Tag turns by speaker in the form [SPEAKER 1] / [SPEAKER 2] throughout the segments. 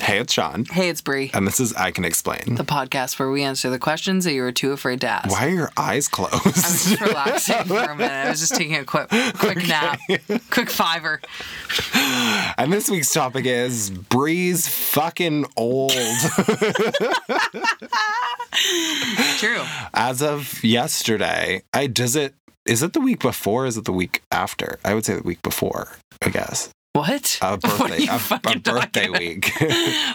[SPEAKER 1] Hey, it's Sean,
[SPEAKER 2] Hey, it's Bree,
[SPEAKER 1] and this is I Can Explain.
[SPEAKER 2] the podcast where we answer the questions that you were too afraid to ask.
[SPEAKER 1] Why are your eyes
[SPEAKER 2] I was
[SPEAKER 1] closed?
[SPEAKER 2] just relaxing for a minute. I was just taking a quick, quick nap, quick fiver.
[SPEAKER 1] and this week's topic is Bree's fucking old.
[SPEAKER 2] True.
[SPEAKER 1] As of yesterday, I does it is it the week before? Is it the week after? I would say the week before, I guess.
[SPEAKER 2] What?
[SPEAKER 1] A
[SPEAKER 2] What are
[SPEAKER 1] birthday,
[SPEAKER 2] you
[SPEAKER 1] a- a,
[SPEAKER 2] fucking talking
[SPEAKER 1] birthday
[SPEAKER 2] about?
[SPEAKER 1] week.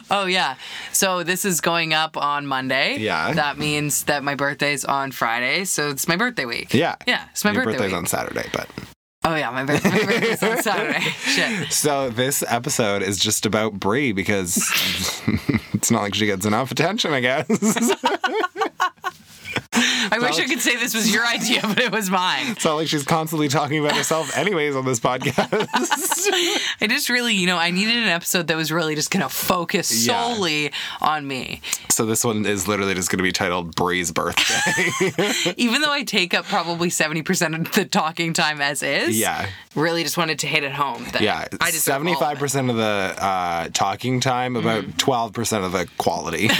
[SPEAKER 2] Oh yeah. So this is going up on Monday.
[SPEAKER 1] Yeah.
[SPEAKER 2] That means that my birthday's on Friday, so it's my birthday week.
[SPEAKER 1] yeah.
[SPEAKER 2] Yeah, it's my
[SPEAKER 1] Your
[SPEAKER 2] birthday
[SPEAKER 1] birthday's
[SPEAKER 2] week.
[SPEAKER 1] on Saturday, but
[SPEAKER 2] Oh yeah, my, birth- my birthday's on Saturday. Shit.
[SPEAKER 1] so this episode is just about Brie because it's not like she gets enough attention, I guess.
[SPEAKER 2] I wish I could say this was your idea, but it was mine.
[SPEAKER 1] It's not like she's constantly talking about herself, anyways, on this podcast.
[SPEAKER 2] I just really, you know, I needed an episode that was really just gonna focus
[SPEAKER 1] Yeah.
[SPEAKER 2] solely on me.
[SPEAKER 1] so this one is literally just going to be titled Bree's birthday.
[SPEAKER 2] Even though I take up probably seventy percent of the talking time as is.
[SPEAKER 1] yeah,
[SPEAKER 2] Really just wanted to hit it home. That
[SPEAKER 1] yeah.
[SPEAKER 2] I just
[SPEAKER 1] Seventy-five percent of the uh, talking time, about
[SPEAKER 2] Mm-hmm.
[SPEAKER 1] 12 percent of the quality.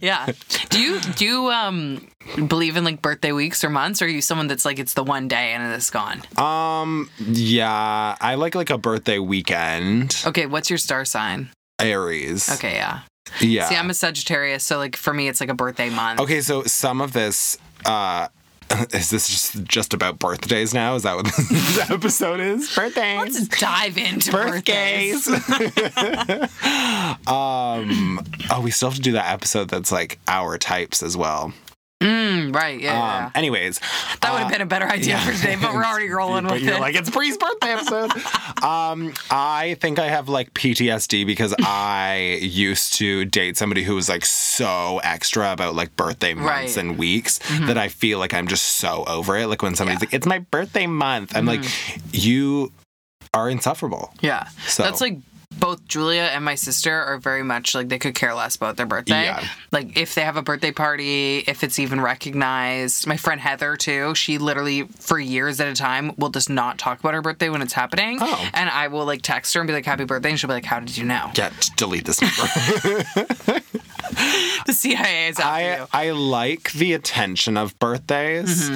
[SPEAKER 2] Yeah. Do you do you um believe in like birthday weeks or months, or are you someone that's like it's the one day and it's gone?
[SPEAKER 1] um, yeah, I like like a birthday weekend.
[SPEAKER 2] Okay, what's your star sign?
[SPEAKER 1] Aries.
[SPEAKER 2] Okay, yeah.
[SPEAKER 1] Yeah.
[SPEAKER 2] See, I'm a Sagittarius, so like for me, it's like a birthday month.
[SPEAKER 1] okay, so some of this. uh is this just just about birthdays now? Is that what this episode is? Birthdays.
[SPEAKER 2] Let's dive into
[SPEAKER 1] birthdays.
[SPEAKER 2] birthdays.
[SPEAKER 1] um, oh, we still have to do that episode that's like our types as well.
[SPEAKER 2] Mm, right, yeah. yeah,
[SPEAKER 1] Um, anyways, uh,
[SPEAKER 2] yeah. That would have been a better idea for today, but we're already rolling
[SPEAKER 1] but
[SPEAKER 2] with
[SPEAKER 1] you're
[SPEAKER 2] it.
[SPEAKER 1] like it's Bree's birthday episode. um, I think I have like PTSD because I used to date somebody who was like so extra about like birthday months
[SPEAKER 2] Right. Mm-hmm.
[SPEAKER 1] and weeks that I feel like I'm just so over it. Like when somebody's like, "It's my birthday month," I'm
[SPEAKER 2] Mm-hmm.
[SPEAKER 1] like, "You are insufferable."
[SPEAKER 2] yeah.
[SPEAKER 1] So-
[SPEAKER 2] That's like both Julia and my sister are very much like they could care less about their birthday.
[SPEAKER 1] Yeah.
[SPEAKER 2] Like if they have a birthday party, if it's even recognized. My friend Heather too, she literally for years at a time will just not talk about her birthday when it's happening.
[SPEAKER 1] Oh.
[SPEAKER 2] And I will like text her and be like, Happy birthday and she'll be like, How did you know?
[SPEAKER 1] Yeah, t- delete this number.
[SPEAKER 2] The CIA is after
[SPEAKER 1] I
[SPEAKER 2] you. Mm-hmm.
[SPEAKER 1] I like the attention of birthdays.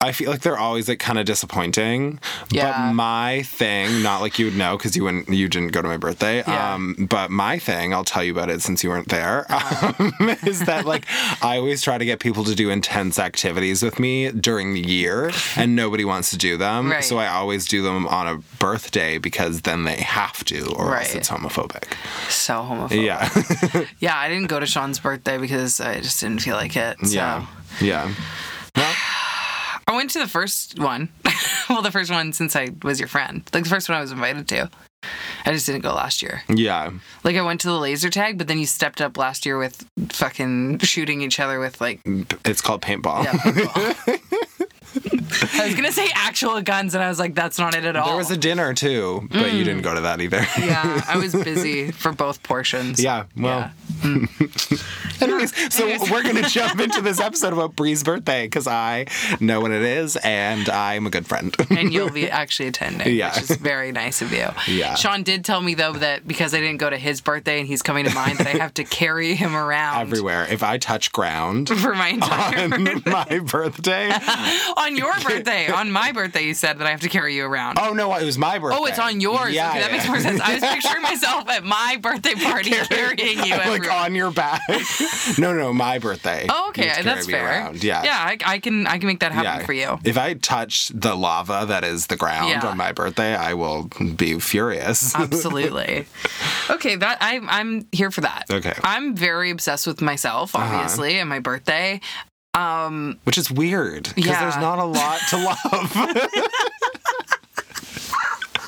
[SPEAKER 1] I feel like they're always like kind of disappointing.
[SPEAKER 2] Yeah.
[SPEAKER 1] But my thing, not like you would know because you wouldn't, you didn't go to my birthday.
[SPEAKER 2] Yeah.
[SPEAKER 1] Um, but my thing, I'll tell you about it since you weren't there.
[SPEAKER 2] Uh-huh.
[SPEAKER 1] Um, is that like I always try to get people to do intense activities with me during the year, and nobody wants to do them.
[SPEAKER 2] Right.
[SPEAKER 1] So I always do them on a birthday because then they have to, or else
[SPEAKER 2] Right. Oh,
[SPEAKER 1] it's homophobic.
[SPEAKER 2] So homophobic.
[SPEAKER 1] Yeah.
[SPEAKER 2] Yeah, I didn't go to Sean's birthday because I just didn't feel like it. So
[SPEAKER 1] yeah. Yeah. Well,
[SPEAKER 2] I went to the first one. well, the first one since I was your friend. Like the first one I was invited to. I just didn't go last year.
[SPEAKER 1] yeah.
[SPEAKER 2] Like I went to the laser tag, but then you stepped up last year with fucking shooting each other with like
[SPEAKER 1] It's called paintball.
[SPEAKER 2] yeah. I was gonna say actual guns, and I was like, that's not it at all.
[SPEAKER 1] There was a dinner too, but
[SPEAKER 2] Mm.
[SPEAKER 1] you didn't go to that either.
[SPEAKER 2] yeah, I was busy for both portions.
[SPEAKER 1] Yeah, well. Anyways, so
[SPEAKER 2] Mm. Anyways.
[SPEAKER 1] we're going to jump into this episode about Bree's birthday because I know when it is and I'm a good friend.
[SPEAKER 2] and you'll be actually attending,
[SPEAKER 1] Yeah.
[SPEAKER 2] which is very nice of you.
[SPEAKER 1] Yeah.
[SPEAKER 2] Sean did tell me though that because I didn't go to his birthday and he's coming to mine, that I have to carry him around
[SPEAKER 1] Everywhere. If I touch ground
[SPEAKER 2] for my entire
[SPEAKER 1] on my birthday.
[SPEAKER 2] on your birthday, on my birthday, you said that I have to carry you around.
[SPEAKER 1] Oh, no, it was my birthday.
[SPEAKER 2] Oh, it's on yours.
[SPEAKER 1] Yeah.
[SPEAKER 2] okay, that makes more sense. I was picturing myself at my birthday party carrying you.
[SPEAKER 1] Like
[SPEAKER 2] everywhere.
[SPEAKER 1] on your back. no, no, my birthday.
[SPEAKER 2] oh,
[SPEAKER 1] You
[SPEAKER 2] okay,
[SPEAKER 1] have to
[SPEAKER 2] that's
[SPEAKER 1] carry me
[SPEAKER 2] fair.
[SPEAKER 1] around. Yeah.
[SPEAKER 2] yeah, I, I can I can make that happen
[SPEAKER 1] Yeah.
[SPEAKER 2] for you.
[SPEAKER 1] If I touch the lava that is the ground
[SPEAKER 2] Yeah. Uh,
[SPEAKER 1] on my birthday, I will be furious.
[SPEAKER 2] Absolutely. Okay, that I, I'm here for that.
[SPEAKER 1] Okay. Uh-huh.
[SPEAKER 2] I'm very obsessed with myself, obviously, and my birthday. Um,
[SPEAKER 1] Which is weird because
[SPEAKER 2] Yeah.
[SPEAKER 1] there's not a lot to love.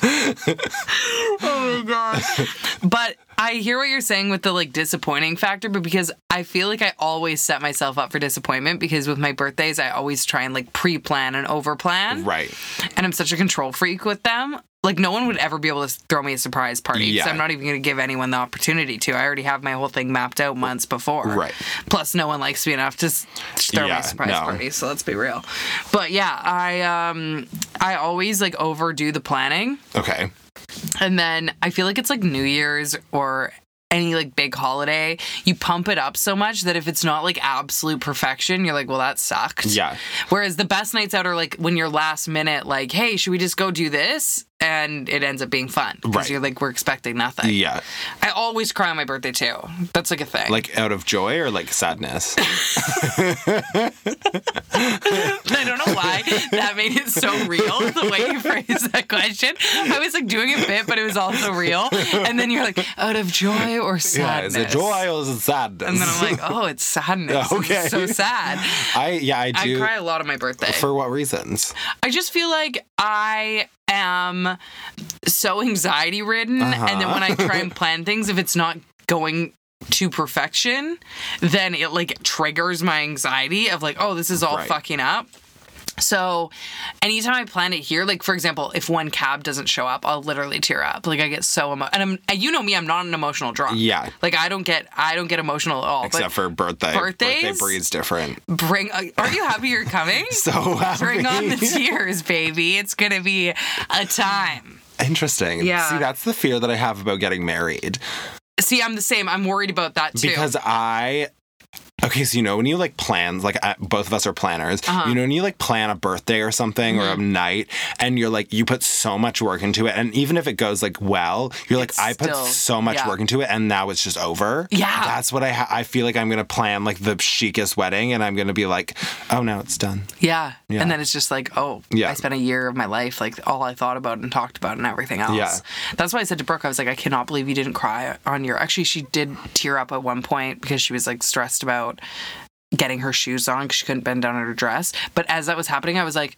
[SPEAKER 2] oh my gosh. but I hear what you're saying with the like disappointing factor, but because I feel like I always set myself up for disappointment because with my birthdays, I always try and like pre plan and over plan.
[SPEAKER 1] right.
[SPEAKER 2] and I'm such a control freak with them. Like no one would ever be able to throw me a surprise party.
[SPEAKER 1] Yeah.
[SPEAKER 2] So I'm not even going to give anyone the opportunity to. I already have my whole thing mapped out months before.
[SPEAKER 1] Right.
[SPEAKER 2] Plus, no one likes me enough to s- throw me
[SPEAKER 1] Yeah,
[SPEAKER 2] a surprise
[SPEAKER 1] no.
[SPEAKER 2] party. So let's be real. But yeah, I um I always like overdo the planning.
[SPEAKER 1] Okay.
[SPEAKER 2] And then I feel like it's like New Year's or any like big holiday, you pump it up so much that if it's not like absolute perfection, you're like, well, that sucked.
[SPEAKER 1] Yeah.
[SPEAKER 2] Whereas the best nights out are like when you're last minute, like, hey, should we just go do this? And it ends up being fun because
[SPEAKER 1] Right.
[SPEAKER 2] you're like, we're expecting nothing.
[SPEAKER 1] Yeah.
[SPEAKER 2] I always cry on my birthday too. That's like a thing.
[SPEAKER 1] Like out of joy or like sadness?
[SPEAKER 2] I don't know why that made it so real the way you phrased that question. I was like doing a bit, but it was also real. And then you're like, out of joy or
[SPEAKER 1] yeah.
[SPEAKER 2] sadness?
[SPEAKER 1] Is it joy or is it sadness?
[SPEAKER 2] And then I'm like, oh, it's sadness.
[SPEAKER 1] Okay.
[SPEAKER 2] It's so sad.
[SPEAKER 1] I, yeah, I
[SPEAKER 2] I
[SPEAKER 1] do.
[SPEAKER 2] cry a lot on my birthday.
[SPEAKER 1] For what reasons?
[SPEAKER 2] I just feel like I am so anxiety ridden. And then when I
[SPEAKER 1] Uh-huh.
[SPEAKER 2] try and plan things, if it's not going to perfection, then it like triggers my anxiety of like, oh, this is all
[SPEAKER 1] Right.
[SPEAKER 2] fucking up. So anytime I plan it here, like for example, if one cab doesn't show up, I'll literally tear up. Like I get so emo- and I'm and you know me, I'm not an emotional drunk.
[SPEAKER 1] Yeah.
[SPEAKER 2] Like I don't get I don't get emotional at all.
[SPEAKER 1] Except
[SPEAKER 2] But
[SPEAKER 1] for birthday. Birthday
[SPEAKER 2] birthdays?
[SPEAKER 1] breeds different.
[SPEAKER 2] bring are you happy you're coming?
[SPEAKER 1] So happy.
[SPEAKER 2] Bring on the tears, baby. It's gonna be a time.
[SPEAKER 1] Interesting.
[SPEAKER 2] Yeah.
[SPEAKER 1] See, that's the fear that I have about getting married.
[SPEAKER 2] See, I'm the same. I'm worried about that too.
[SPEAKER 1] Because I. Okay, so you know when you like plans, like I, both of us are planners.
[SPEAKER 2] Uh-huh.
[SPEAKER 1] You know when you like plan a birthday or something or a
[SPEAKER 2] Mm-hmm.
[SPEAKER 1] night, and you're like you put so much work into it, and even if it goes like well, you're like
[SPEAKER 2] It's
[SPEAKER 1] I put
[SPEAKER 2] still-
[SPEAKER 1] so much
[SPEAKER 2] yeah.
[SPEAKER 1] work into it, and now it's just over.
[SPEAKER 2] Yeah.
[SPEAKER 1] that's what I ha- I feel like I'm gonna plan like the chicest wedding, and I'm gonna be like, oh no, it's done.
[SPEAKER 2] yeah.
[SPEAKER 1] Yeah.
[SPEAKER 2] And then it's just like, oh,
[SPEAKER 1] Yeah.
[SPEAKER 2] I spent a year of my life, like all I thought about and talked about and everything else.
[SPEAKER 1] Yeah.
[SPEAKER 2] That's why I said to Brooke, I was like, I cannot believe you didn't cry on your. Actually, she did tear up at one point because she was like stressed about getting her shoes on because she couldn't bend down in her dress. But as that was happening, I was like,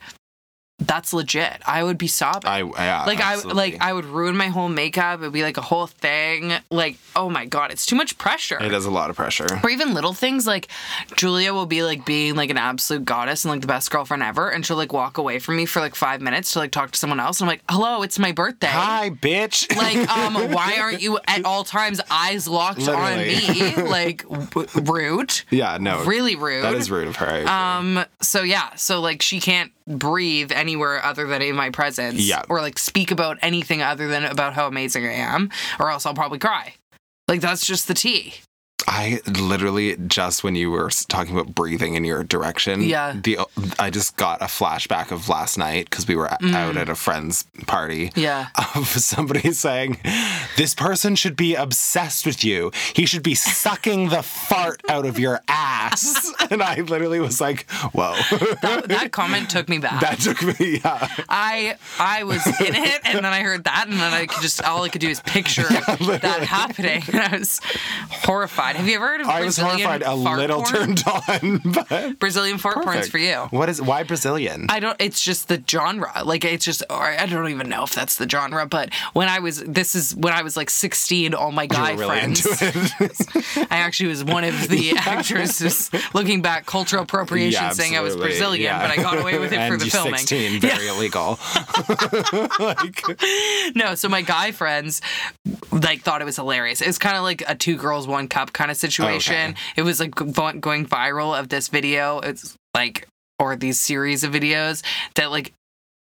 [SPEAKER 2] that's legit. I would be sobbing.
[SPEAKER 1] I yeah,
[SPEAKER 2] like
[SPEAKER 1] absolutely.
[SPEAKER 2] I like I would ruin my whole makeup. It'd be like a whole thing. Like oh my god, it's too much pressure.
[SPEAKER 1] it is a lot of pressure.
[SPEAKER 2] Or even little things like Julia will be like being like an absolute goddess and like the best girlfriend ever, and she'll like walk away from me for like five minutes to like talk to someone else, and I'm like, hello, it's my birthday.
[SPEAKER 1] Hi, bitch.
[SPEAKER 2] Like, um, why aren't you at all times eyes locked
[SPEAKER 1] Literally.
[SPEAKER 2] on me? Like, w- rude.
[SPEAKER 1] yeah, no,
[SPEAKER 2] Really rude.
[SPEAKER 1] that is rude of her. I agree.
[SPEAKER 2] Um. So yeah. So like, she can't breathe anywhere other than in my presence.
[SPEAKER 1] Yeah.
[SPEAKER 2] Or like speak about anything other than about how amazing I am, or else I'll probably cry. Like that's just the tea.
[SPEAKER 1] I literally just when you were s- talking about breathing in your direction,
[SPEAKER 2] Yeah.
[SPEAKER 1] The I just got a flashback of last night because we were a- out at a friend's party.
[SPEAKER 2] Mm. Yeah.
[SPEAKER 1] Of somebody saying, This person should be obsessed with you. He should be sucking the fart out of your ass. And I literally was like, Whoa.
[SPEAKER 2] That, that comment took me back.
[SPEAKER 1] that took me, yeah.
[SPEAKER 2] I I was in it, and then I heard that, and then I could just all I could do is picture that happening, and I was horrified. Have you ever heard of
[SPEAKER 1] I was
[SPEAKER 2] Brazilian
[SPEAKER 1] horrified, a
[SPEAKER 2] fart
[SPEAKER 1] little
[SPEAKER 2] porn?
[SPEAKER 1] turned on, but.
[SPEAKER 2] Brazilian fart porn's for you.
[SPEAKER 1] What is, why Brazilian?
[SPEAKER 2] I don't. It's just the genre. Like it's just. Or I don't even know if that's the genre. But when I was, this is when I was like 16. All my guy
[SPEAKER 1] really
[SPEAKER 2] friends.
[SPEAKER 1] into
[SPEAKER 2] I actually was one of the actresses. Looking back, cultural appropriation,
[SPEAKER 1] Yeah,
[SPEAKER 2] saying I was
[SPEAKER 1] absolutely.
[SPEAKER 2] Brazilian,
[SPEAKER 1] Yeah.
[SPEAKER 2] but I got away with it for
[SPEAKER 1] and
[SPEAKER 2] the
[SPEAKER 1] you're
[SPEAKER 2] filming.
[SPEAKER 1] 16, very illegal. like,
[SPEAKER 2] No, so my guy friends like thought it was hilarious. It was kind of like a two girls one cup kind of situation. It was like go- going viral of this video. It's like or these series of videos that like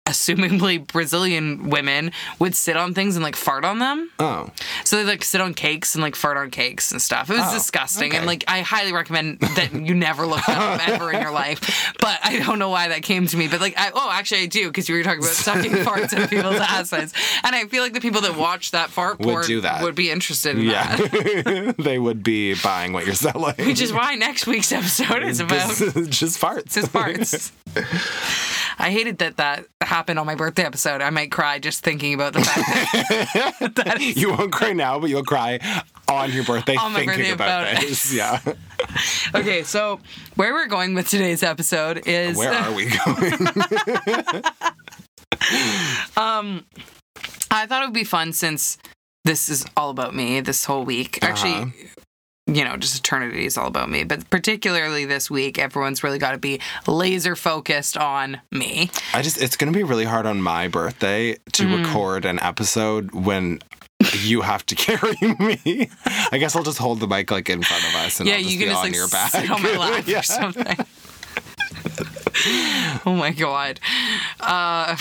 [SPEAKER 2] assumingly Brazilian women would sit on things and like fart on them.
[SPEAKER 1] oh,
[SPEAKER 2] So they like sit on cakes and like fart on cakes and stuff. It was
[SPEAKER 1] Oh,
[SPEAKER 2] disgusting.
[SPEAKER 1] okay.
[SPEAKER 2] And like I highly recommend that you never look that up ever in your life. But I don't know why that came to me. But like I oh actually I do because you were talking about sucking farts in people's asses. And I feel like the people that watch that fart
[SPEAKER 1] Would
[SPEAKER 2] porn
[SPEAKER 1] do that.
[SPEAKER 2] would be interested in
[SPEAKER 1] yeah.
[SPEAKER 2] that.
[SPEAKER 1] they would be buying what you're selling.
[SPEAKER 2] Which is why next week's episode is about
[SPEAKER 1] just farts.
[SPEAKER 2] his farts. I hated that that happened on my birthday episode. I might cry just thinking about the fact that
[SPEAKER 1] You won't cry now, but you'll cry on your birthday
[SPEAKER 2] On my
[SPEAKER 1] thinking
[SPEAKER 2] birthday
[SPEAKER 1] about,
[SPEAKER 2] about it.
[SPEAKER 1] this. Yeah.
[SPEAKER 2] Okay, so where we're going with today's episode is
[SPEAKER 1] Where are we going?
[SPEAKER 2] I thought it would be fun since this is all about me this whole week.
[SPEAKER 1] Uh-huh.
[SPEAKER 2] Actually, you know, just eternity is all about me, but particularly this week, everyone's really got to be laser focused on me.
[SPEAKER 1] I just, it's going to be really hard on my birthday to
[SPEAKER 2] Mm-hmm.
[SPEAKER 1] record an episode when. You have to carry me. I guess I'll just hold the mic like in front of us, and
[SPEAKER 2] yeah,
[SPEAKER 1] I'll just
[SPEAKER 2] you
[SPEAKER 1] be
[SPEAKER 2] can just
[SPEAKER 1] on
[SPEAKER 2] like
[SPEAKER 1] your back.
[SPEAKER 2] sit on my lap
[SPEAKER 1] Yeah.
[SPEAKER 2] or something. oh my god, uh,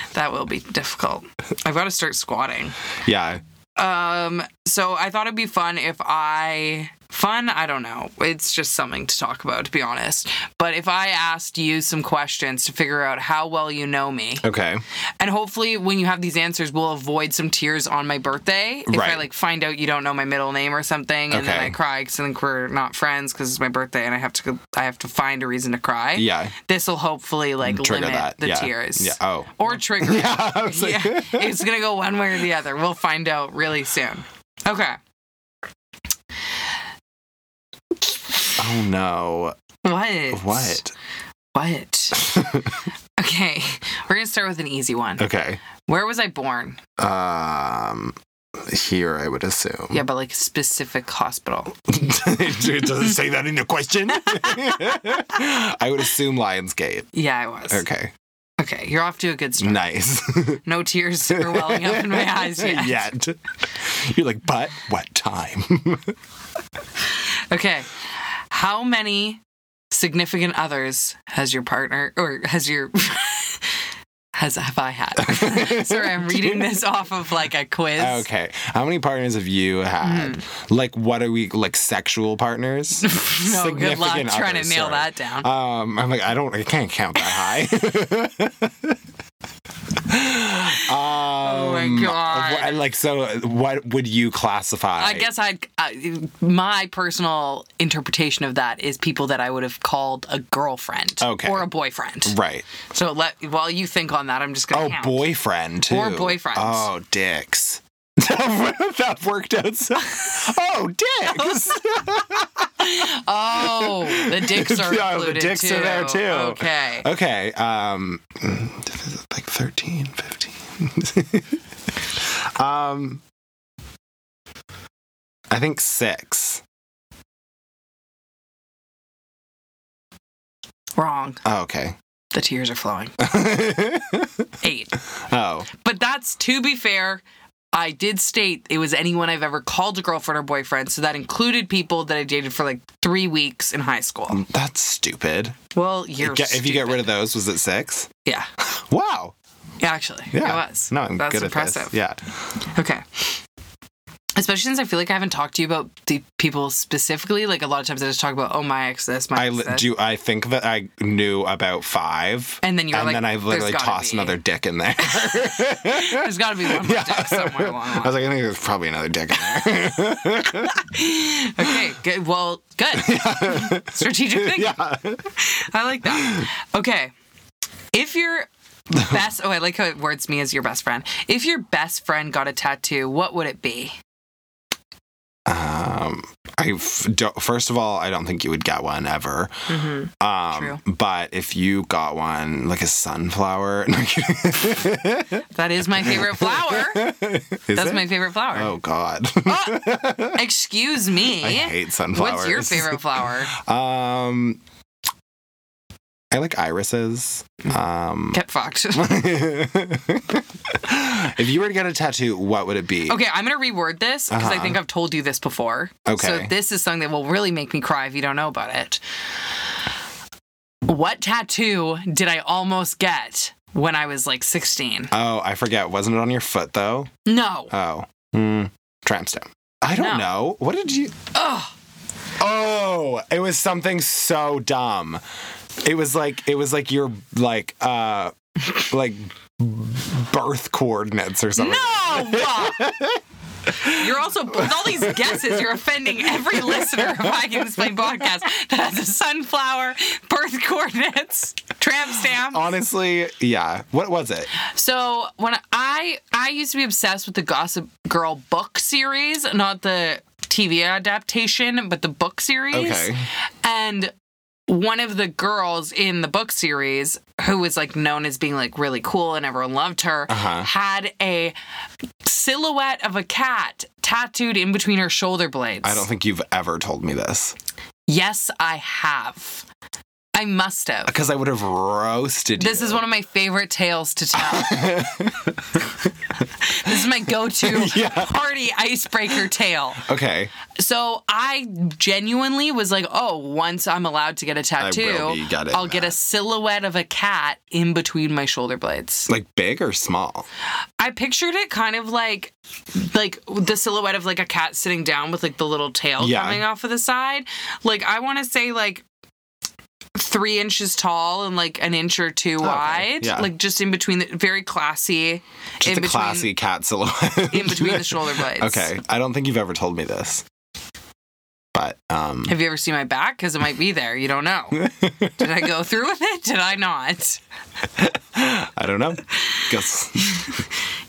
[SPEAKER 2] That will be difficult. I've got to start squatting.
[SPEAKER 1] Yeah.
[SPEAKER 2] Um, so I thought it'd be fun if I fun, I don't know. It's just something to talk about to be honest. But if I asked you some questions to figure out how well you know me.
[SPEAKER 1] Okay.
[SPEAKER 2] And hopefully when you have these answers we'll avoid some tears on my birthday if I
[SPEAKER 1] Right.
[SPEAKER 2] like find out you don't know my middle name or something and then
[SPEAKER 1] Okay.
[SPEAKER 2] I cry cuz I think we're not friends cuz it's my birthday and I have to I have to find a reason to cry.
[SPEAKER 1] Yeah.
[SPEAKER 2] This will hopefully like
[SPEAKER 1] Trigger
[SPEAKER 2] limit
[SPEAKER 1] that.
[SPEAKER 2] the
[SPEAKER 1] yeah.
[SPEAKER 2] tears.
[SPEAKER 1] Yeah. Oh.
[SPEAKER 2] Or trigger it.
[SPEAKER 1] Yeah. I was like,
[SPEAKER 2] Yeah, it's gonna go one way or the other. We'll find out really soon. Okay.
[SPEAKER 1] oh no.
[SPEAKER 2] What?
[SPEAKER 1] What?
[SPEAKER 2] What? okay. We're gonna start with an easy one.
[SPEAKER 1] Okay.
[SPEAKER 2] Where was I born?
[SPEAKER 1] Um. Here, I would assume.
[SPEAKER 2] Yeah, but like specific hospital.
[SPEAKER 1] it doesn't say that in the question. I would assume Lionsgate.
[SPEAKER 2] Yeah, I was.
[SPEAKER 1] Okay. Mm.
[SPEAKER 2] Okay, you're off to a good start.
[SPEAKER 1] Nice.
[SPEAKER 2] No tears are welling up in my eyes yet.
[SPEAKER 1] Yet. You're like, but what time?
[SPEAKER 2] Okay. How many significant others has your partner or has your has have I had? Sorry, I'm reading this off of like a quiz.
[SPEAKER 1] okay. How many partners have you had? Like, what are we, like sexual partners?
[SPEAKER 2] No, good luck
[SPEAKER 1] Significant
[SPEAKER 2] trying to
[SPEAKER 1] others,
[SPEAKER 2] nail
[SPEAKER 1] sorry.
[SPEAKER 2] that down.
[SPEAKER 1] Um, I'm like, I don't, I can't count that high.
[SPEAKER 2] Oh my
[SPEAKER 1] Um,
[SPEAKER 2] God.
[SPEAKER 1] wh- Like, so uh, what would you classify?
[SPEAKER 2] I guess I'd, I, my personal interpretation of that is people that I would have called a girlfriend
[SPEAKER 1] Okay.
[SPEAKER 2] or a boyfriend.
[SPEAKER 1] Right.
[SPEAKER 2] So let while you think on that, I'm just gonna.
[SPEAKER 1] Oh,
[SPEAKER 2] count.
[SPEAKER 1] boyfriend too.
[SPEAKER 2] Or boyfriends.
[SPEAKER 1] Oh, dicks. that worked out. So- oh, dicks.
[SPEAKER 2] Oh, the dicks are
[SPEAKER 1] Yeah, the
[SPEAKER 2] included
[SPEAKER 1] dicks
[SPEAKER 2] too.
[SPEAKER 1] are there, too.
[SPEAKER 2] Okay.
[SPEAKER 1] okay. Um, like 13, 15. um, I think six.
[SPEAKER 2] Wrong.
[SPEAKER 1] Oh, okay.
[SPEAKER 2] The tears are flowing. Eight.
[SPEAKER 1] oh,
[SPEAKER 2] But that's to be fair. I did state it was anyone I've ever called a girlfriend or boyfriend, so that included people that I dated for like three weeks in high school.
[SPEAKER 1] mm, that's stupid.
[SPEAKER 2] Well, you're
[SPEAKER 1] Get- if you get
[SPEAKER 2] stupid.
[SPEAKER 1] rid of those, was it six?
[SPEAKER 2] yeah,
[SPEAKER 1] Wow.
[SPEAKER 2] yeah, actually,
[SPEAKER 1] Yeah.
[SPEAKER 2] it was.
[SPEAKER 1] No, I'm
[SPEAKER 2] that's
[SPEAKER 1] good
[SPEAKER 2] impressive.
[SPEAKER 1] at this. Yeah.
[SPEAKER 2] Okay. Especially since I feel like I haven't talked to you about the people specifically. Like a lot of times I just talk about, oh my ex this, my
[SPEAKER 1] I
[SPEAKER 2] ex
[SPEAKER 1] li-
[SPEAKER 2] this.
[SPEAKER 1] do. I think that I knew about five,
[SPEAKER 2] and then you're
[SPEAKER 1] and
[SPEAKER 2] like,
[SPEAKER 1] then I
[SPEAKER 2] "There's
[SPEAKER 1] literally
[SPEAKER 2] gotta
[SPEAKER 1] tossed
[SPEAKER 2] be-
[SPEAKER 1] another dick in there.
[SPEAKER 2] There's got to be one more dick somewhere along the
[SPEAKER 1] I was like, I think there's probably another dick in there.
[SPEAKER 2] line. Okay, good. Well, good. Strategic thinking.
[SPEAKER 1] yeah.
[SPEAKER 2] I like that. Okay. If your best, oh, I like how it words me as your best friend. If your best friend got a tattoo, what would it be?
[SPEAKER 1] Um, I f- don't, first of all, I don't think you would get one ever.
[SPEAKER 2] Mm-hmm.
[SPEAKER 1] Um, But if you got one, like a sunflower, No, I'm kidding.
[SPEAKER 2] That is my favorite flower.
[SPEAKER 1] is
[SPEAKER 2] That's
[SPEAKER 1] it?
[SPEAKER 2] my favorite flower.
[SPEAKER 1] Oh God,
[SPEAKER 2] Oh, excuse me.
[SPEAKER 1] I hate sunflowers.
[SPEAKER 2] What's your favorite flower?
[SPEAKER 1] Um, I like irises. Um,
[SPEAKER 2] Get fucked.
[SPEAKER 1] if you were to get a tattoo, what would it be?
[SPEAKER 2] Okay, I'm gonna reword this because I
[SPEAKER 1] Uh-huh.
[SPEAKER 2] think I've told you this before. So
[SPEAKER 1] Okay.
[SPEAKER 2] this is something that will really make me cry if you don't know about it. What tattoo did I almost get when I was like 16?
[SPEAKER 1] Oh, I forget. Wasn't it on your foot though?
[SPEAKER 2] No.
[SPEAKER 1] Oh, Hmm. tramp stamp. I don't
[SPEAKER 2] No.
[SPEAKER 1] know. What did you?
[SPEAKER 2] Oh,
[SPEAKER 1] Oh, it was something so dumb. It was like it was like your like uh like birth coordinates or something.
[SPEAKER 2] no! You're also with all these guesses. You're offending every listener of I Can Explain podcast that has a sunflower, birth coordinates, tramp stamp.
[SPEAKER 1] Honestly, yeah. What was it?
[SPEAKER 2] So when I I used to be obsessed with the Gossip Girl book series, not the TV adaptation, but the book series.
[SPEAKER 1] Okay.
[SPEAKER 2] And one of the girls in the book series, who was like known as being like really cool and everyone loved her,
[SPEAKER 1] Uh-huh.
[SPEAKER 2] had a silhouette of a cat tattooed in between her shoulder blades.
[SPEAKER 1] I don't think you've ever told me this
[SPEAKER 2] Yes, I have. I must have.
[SPEAKER 1] because I would have roasted you.
[SPEAKER 2] This is one of my favorite tales to tell. this is my go-to
[SPEAKER 1] Yeah.
[SPEAKER 2] party icebreaker tale.
[SPEAKER 1] Okay.
[SPEAKER 2] So I genuinely was like, oh, once I'm allowed to get a tattoo,
[SPEAKER 1] will be getting
[SPEAKER 2] I'll get
[SPEAKER 1] that.
[SPEAKER 2] a silhouette of a cat in between my shoulder blades.
[SPEAKER 1] Like big or small?
[SPEAKER 2] I pictured it kind of like like the silhouette of like a cat sitting down with like the little tail
[SPEAKER 1] Yeah.
[SPEAKER 2] coming off of the side. Like I want to say like three inches tall and like an inch or two wide.
[SPEAKER 1] Oh, yeah.
[SPEAKER 2] Like just in between the very classy
[SPEAKER 1] Just
[SPEAKER 2] in
[SPEAKER 1] a
[SPEAKER 2] between
[SPEAKER 1] classy cat silhouette.
[SPEAKER 2] in between the shoulder blades.
[SPEAKER 1] Okay. I don't think you've ever told me this. But um
[SPEAKER 2] Have you ever seen my back? Because it might be there. You don't know. Did I go through with it? Did I not?
[SPEAKER 1] I don't know. Guess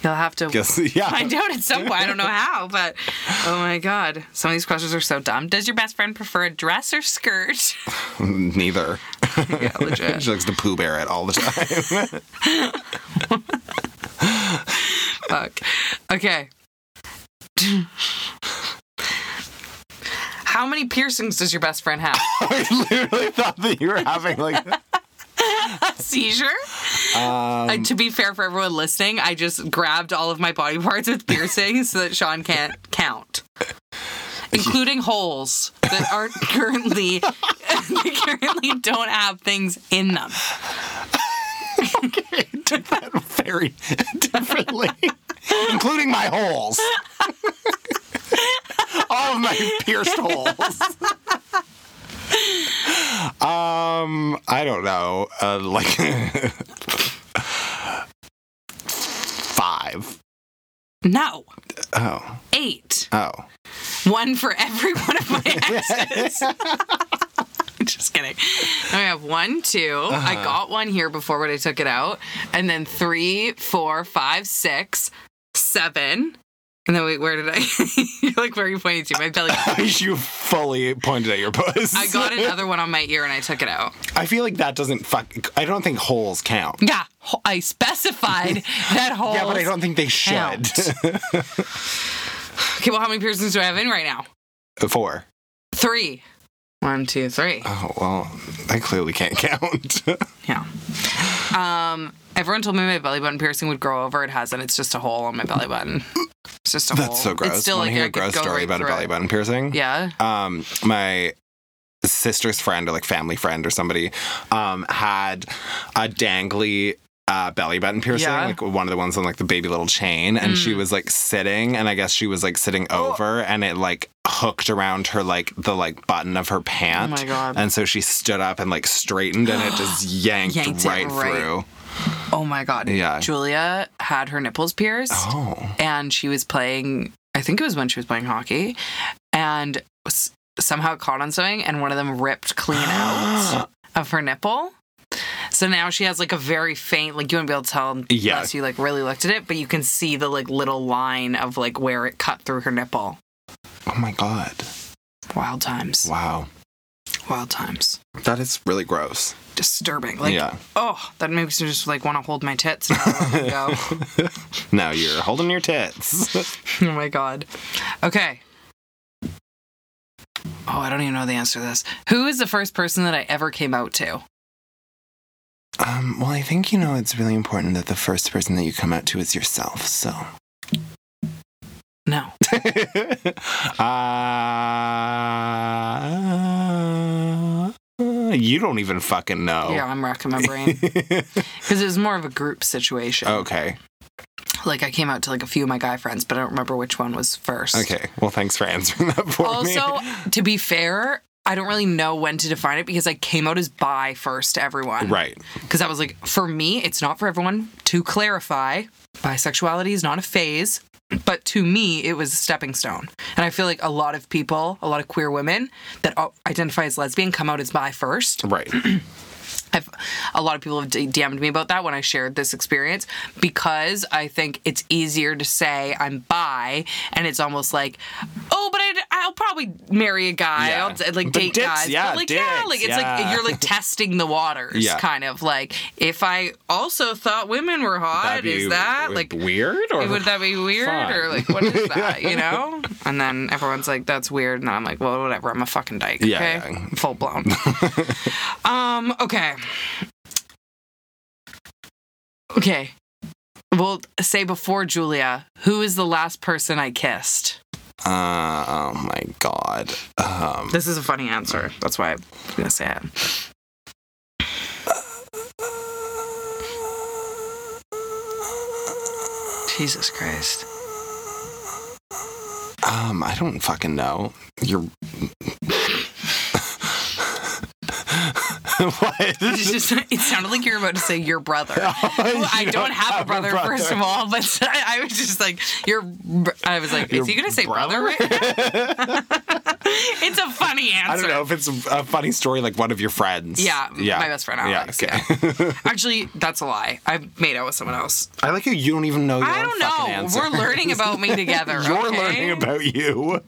[SPEAKER 2] You'll have to
[SPEAKER 1] guess yeah.
[SPEAKER 2] find out at some point. I don't know how, but oh my god, some of these questions are so dumb. Does your best friend prefer a dress or skirt?
[SPEAKER 1] Neither.
[SPEAKER 2] yeah, legit.
[SPEAKER 1] She likes to poo bear it all the time.
[SPEAKER 2] Fuck. Okay. How many piercings does your best friend have?
[SPEAKER 1] I literally thought that you were having like
[SPEAKER 2] A seizure?
[SPEAKER 1] um,
[SPEAKER 2] Uh, to be fair for everyone listening, I just grabbed all of my body parts with piercings so that Sean can't count. Including holes that aren't currently that currently don't have things in them.
[SPEAKER 1] did that very differently, including my holes. All of my pierced holes. Um, I don't know. Uh, like five.
[SPEAKER 2] No.
[SPEAKER 1] Oh,
[SPEAKER 2] Eight.
[SPEAKER 1] oh.
[SPEAKER 2] One for every one of my exes. Just kidding. I have one, 2 I got one here before, but I took it out. And then three, four, five, six, seven. And then wait, where did I? You're like, where are you pointing to? My belly.
[SPEAKER 1] you fully pointed at your puss.
[SPEAKER 2] I got another one on my ear and I took it out.
[SPEAKER 1] I feel like that doesn't fuck. I don't think holes count.
[SPEAKER 2] Yeah, ho- I specified that whole.
[SPEAKER 1] Yeah, but I don't think they should.
[SPEAKER 2] count. Okay, well, how many piercings do I have in right now?
[SPEAKER 1] Four.
[SPEAKER 2] Three. One, two, three.
[SPEAKER 1] Oh well, I clearly can't count.
[SPEAKER 2] Yeah. Um, everyone told me my belly button piercing would grow over. It hasn't. It's just a hole on my belly button. It's just a hole.
[SPEAKER 1] That's so gross.
[SPEAKER 2] It's still
[SPEAKER 1] Wanna
[SPEAKER 2] like
[SPEAKER 1] hear
[SPEAKER 2] I
[SPEAKER 1] a
[SPEAKER 2] could
[SPEAKER 1] gross
[SPEAKER 2] go
[SPEAKER 1] story
[SPEAKER 2] right
[SPEAKER 1] about a
[SPEAKER 2] through
[SPEAKER 1] belly
[SPEAKER 2] it.
[SPEAKER 1] button piercing?
[SPEAKER 2] Yeah.
[SPEAKER 1] Um, my sister's friend or like family friend or somebody um had a dangly uh, belly button piercing,
[SPEAKER 2] Yeah. Mm.
[SPEAKER 1] like one of the ones on like the baby little chain, and she was like sitting, and I guess she was like sitting
[SPEAKER 2] Oh.
[SPEAKER 1] over, and it like hooked around her like the like button of her pant.
[SPEAKER 2] Oh my God.
[SPEAKER 1] And so she stood up and like straightened, and it just yanked,
[SPEAKER 2] Yanked it
[SPEAKER 1] right,
[SPEAKER 2] right-
[SPEAKER 1] through.
[SPEAKER 2] Oh my god.
[SPEAKER 1] Yeah.
[SPEAKER 2] Julia had her nipples pierced,
[SPEAKER 1] Oh,
[SPEAKER 2] and she was playing. I think it was when she was playing hockey, and s- somehow it caught on something, and one of them ripped clean out of her nipple. So now she has like a very faint, like you wouldn't be able to tell
[SPEAKER 1] Yeah.
[SPEAKER 2] unless you like really looked at it, but you can see the like little line of like where it cut through her nipple.
[SPEAKER 1] oh my god!
[SPEAKER 2] Wild times.
[SPEAKER 1] Wow,
[SPEAKER 2] Wild times.
[SPEAKER 1] that is really gross.
[SPEAKER 2] Disturbing. Like,
[SPEAKER 1] yeah.
[SPEAKER 2] oh, that makes me just like want to hold my tits. and let them go.
[SPEAKER 1] now you're holding your tits.
[SPEAKER 2] oh my god. Okay. Oh, I don't even know the answer to this. Who is the first person that I ever came out to?
[SPEAKER 1] Um, well, I think you know it's really important that the first person that you come out to is yourself. So,
[SPEAKER 2] No.
[SPEAKER 1] uh, you don't even fucking know.
[SPEAKER 2] Yeah, I'm racking my brain because it was more of a group situation.
[SPEAKER 1] okay.
[SPEAKER 2] Like I came out to like a few of my guy friends, but I don't remember which one was first.
[SPEAKER 1] Okay. Well, thanks for answering that for me.
[SPEAKER 2] also, to be fair, I don't really know when to define it because I came out as bi first to everyone.
[SPEAKER 1] right.
[SPEAKER 2] Because I was like, for me, it's not for everyone. To clarify, bisexuality is not a phase, but to me, it was a stepping stone. And I feel like a lot of people, a lot of queer women that uh, identify as lesbian come out as bi first.
[SPEAKER 1] Right.
[SPEAKER 2] I've, a lot of people have d- DM'd me about that when I shared this experience because I think it's easier to say I'm bi, and it's almost like, oh, but I'd, I'll probably marry a guy,
[SPEAKER 1] Yeah.
[SPEAKER 2] I'll d- like
[SPEAKER 1] But
[SPEAKER 2] date
[SPEAKER 1] dicks,
[SPEAKER 2] guys,
[SPEAKER 1] yeah,
[SPEAKER 2] but like yeah,
[SPEAKER 1] dicks,
[SPEAKER 2] like it's
[SPEAKER 1] yeah.
[SPEAKER 2] like you're like testing the waters,
[SPEAKER 1] Yeah.
[SPEAKER 2] kind of like if I also thought women were hot,
[SPEAKER 1] That'd be
[SPEAKER 2] is that like
[SPEAKER 1] weird or
[SPEAKER 2] would that be weird
[SPEAKER 1] fun.
[SPEAKER 2] or like what is that you know and then everyone's like that's weird and i'm like well whatever i'm a fucking dyke
[SPEAKER 1] Yeah,
[SPEAKER 2] okay
[SPEAKER 1] yeah.
[SPEAKER 2] full blown um okay okay Well, say before Julia, who is the last person I kissed?
[SPEAKER 1] Uh, oh my god. Um,
[SPEAKER 2] This is a funny answer. That's why I'm gonna say it. Jesus Christ.
[SPEAKER 1] um, I don't fucking know. You're. what?
[SPEAKER 2] It's just, it sounded like you were about to say your brother. I
[SPEAKER 1] You
[SPEAKER 2] don't, have, a brother, first of all, but I was just like, your. br- I was like,
[SPEAKER 1] Your
[SPEAKER 2] is he gonna say brother? right now? it's a funny answer.
[SPEAKER 1] I don't know if it's a funny story like one of your friends.
[SPEAKER 2] Yeah, my best friend Alex.
[SPEAKER 1] Yeah,
[SPEAKER 2] Yeah,
[SPEAKER 1] okay.
[SPEAKER 2] Actually, that's a lie. I've made out with someone else.
[SPEAKER 1] I like how you don't even know your
[SPEAKER 2] I
[SPEAKER 1] own
[SPEAKER 2] don't
[SPEAKER 1] fucking
[SPEAKER 2] know.
[SPEAKER 1] answer.
[SPEAKER 2] We're learning about me together.
[SPEAKER 1] You're
[SPEAKER 2] okay?
[SPEAKER 1] learning about you.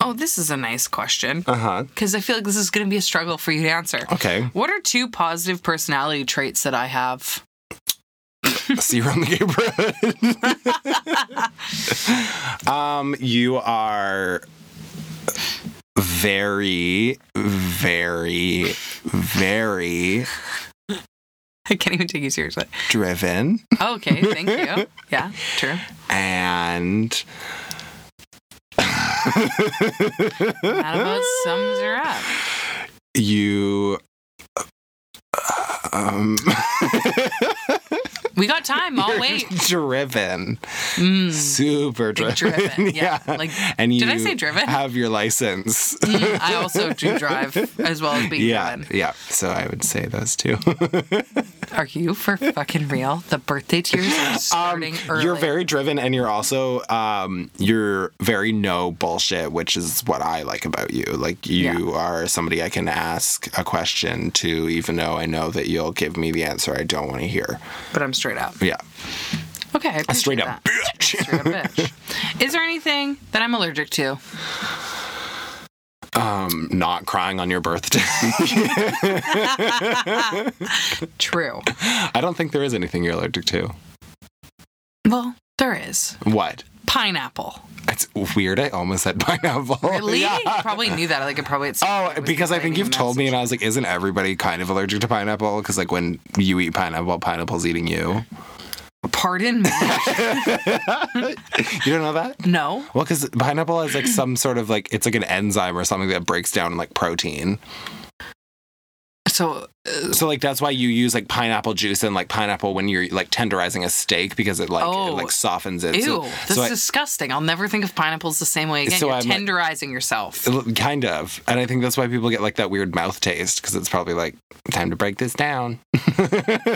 [SPEAKER 2] Oh, this is a nice question.
[SPEAKER 1] Uh huh.
[SPEAKER 2] Because I feel like this is going to be a struggle for you to answer.
[SPEAKER 1] Okay.
[SPEAKER 2] What are two positive personality traits that I have?
[SPEAKER 1] See you on the neighborhood. um, you are very, very, very
[SPEAKER 2] I can't even take you seriously.
[SPEAKER 1] driven
[SPEAKER 2] Okay, thank you. Yeah, true.
[SPEAKER 1] and.
[SPEAKER 2] That about sums her up.
[SPEAKER 1] you uh, um
[SPEAKER 2] We got time. I'll
[SPEAKER 1] you're
[SPEAKER 2] wait.
[SPEAKER 1] driven
[SPEAKER 2] Mm.
[SPEAKER 1] super driven,
[SPEAKER 2] driven, yeah. Like,
[SPEAKER 1] and you
[SPEAKER 2] did I say driven?
[SPEAKER 1] have your license
[SPEAKER 2] Mm, I also do drive as well as being
[SPEAKER 1] yeah
[SPEAKER 2] driven.
[SPEAKER 1] yeah so i would say those two
[SPEAKER 2] Are you for fucking real? The birthday tears are
[SPEAKER 1] um,
[SPEAKER 2] starting early.
[SPEAKER 1] you're very driven and you're also um you're very no bullshit which is what i like about you like you are somebody i can ask a question to even though i know that you'll give me the answer i don't want to hear
[SPEAKER 2] but I'm straight up.
[SPEAKER 1] yeah
[SPEAKER 2] Okay, I appreciate
[SPEAKER 1] straight up
[SPEAKER 2] that.
[SPEAKER 1] bitch
[SPEAKER 2] Straight up bitch. Is there anything that I'm allergic to?
[SPEAKER 1] um, not crying on your birthday.
[SPEAKER 2] True.
[SPEAKER 1] I don't think there is anything you're allergic to.
[SPEAKER 2] Well, there is
[SPEAKER 1] What?
[SPEAKER 2] pineapple.
[SPEAKER 1] It's weird. I almost said pineapple.
[SPEAKER 2] Really?
[SPEAKER 1] Oh, Yeah.
[SPEAKER 2] You probably knew that. Like, it probably. It's
[SPEAKER 1] Oh, because I think you've told me, and I was like, isn't everybody kind of allergic to pineapple? Because, like, when you eat pineapple, pineapple's eating you.
[SPEAKER 2] Pardon me.
[SPEAKER 1] You don't know that?
[SPEAKER 2] No.
[SPEAKER 1] Well, because pineapple has, like, some sort of, like, it's like an enzyme or something that breaks down, like, protein.
[SPEAKER 2] So uh,
[SPEAKER 1] So, like, that's why you use, like, pineapple juice and, like, pineapple when you're, like, tenderizing a steak because it, like, it,
[SPEAKER 2] Oh.
[SPEAKER 1] like, softens it.
[SPEAKER 2] Ew,
[SPEAKER 1] So-
[SPEAKER 2] that's
[SPEAKER 1] so I-
[SPEAKER 2] disgusting. I'll never think of pineapples the same way again.
[SPEAKER 1] So
[SPEAKER 2] You're
[SPEAKER 1] I'm like-
[SPEAKER 2] tenderizing yourself.
[SPEAKER 1] Kind of. And I think that's why people get like that weird mouth taste because it's probably like, time to break this down.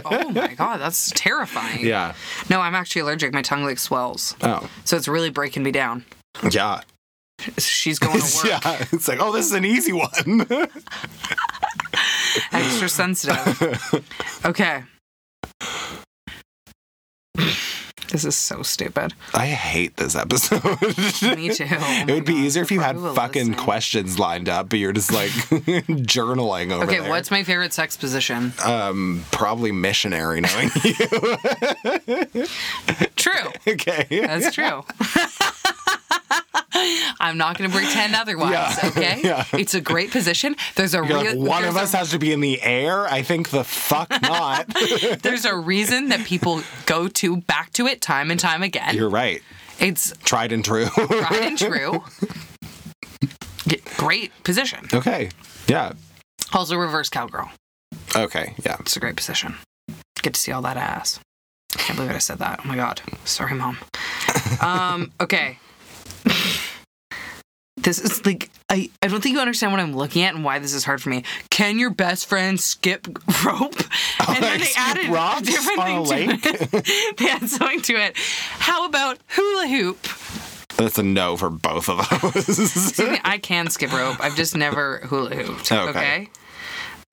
[SPEAKER 2] oh my god, that's terrifying.
[SPEAKER 1] Yeah.
[SPEAKER 2] No, I'm actually allergic. My tongue like swells,
[SPEAKER 1] Oh,
[SPEAKER 2] so it's really breaking me down.
[SPEAKER 1] yeah.
[SPEAKER 2] She's going to work.
[SPEAKER 1] Yeah. It's like, oh, this is an easy one.
[SPEAKER 2] Extra sensitive. Okay. This is so stupid.
[SPEAKER 1] I hate this episode.
[SPEAKER 2] Me too. Oh
[SPEAKER 1] It
[SPEAKER 2] my
[SPEAKER 1] would be
[SPEAKER 2] God,
[SPEAKER 1] easier if you
[SPEAKER 2] for
[SPEAKER 1] had
[SPEAKER 2] people
[SPEAKER 1] fucking
[SPEAKER 2] listening.
[SPEAKER 1] questions lined up, but you're just like journaling over
[SPEAKER 2] Okay,
[SPEAKER 1] there.
[SPEAKER 2] what's my favorite sex position?
[SPEAKER 1] um probably missionary knowing you?
[SPEAKER 2] True.
[SPEAKER 1] okay.
[SPEAKER 2] That's true. I'm not going to pretend otherwise,
[SPEAKER 1] Yeah.
[SPEAKER 2] okay?
[SPEAKER 1] Yeah.
[SPEAKER 2] It's a great position. There's a
[SPEAKER 1] You're like,
[SPEAKER 2] real
[SPEAKER 1] one
[SPEAKER 2] there's
[SPEAKER 1] of us
[SPEAKER 2] a,
[SPEAKER 1] has to be in the air. I think the fuck not.
[SPEAKER 2] there's a reason that people go to back to it time and time again.
[SPEAKER 1] You're right.
[SPEAKER 2] it's
[SPEAKER 1] Tried and true.
[SPEAKER 2] tried and true. G- Great position.
[SPEAKER 1] okay. Yeah.
[SPEAKER 2] Also, reverse cowgirl.
[SPEAKER 1] Okay. Yeah.
[SPEAKER 2] It's a great position. Good to see all that ass. Can't believe I said that. Oh my god. Sorry, mom. Um. Okay. This is like I, I don't think you understand what I'm looking at and why this is hard for me. Can your best friend skip rope? And
[SPEAKER 1] like Oh, skip rocks on a
[SPEAKER 2] to it. they added something to it. How about hula hoop?
[SPEAKER 1] That's a no for both of us.
[SPEAKER 2] Excuse me, I can skip rope. I've just never hula hooped.
[SPEAKER 1] Okay.
[SPEAKER 2] Okay.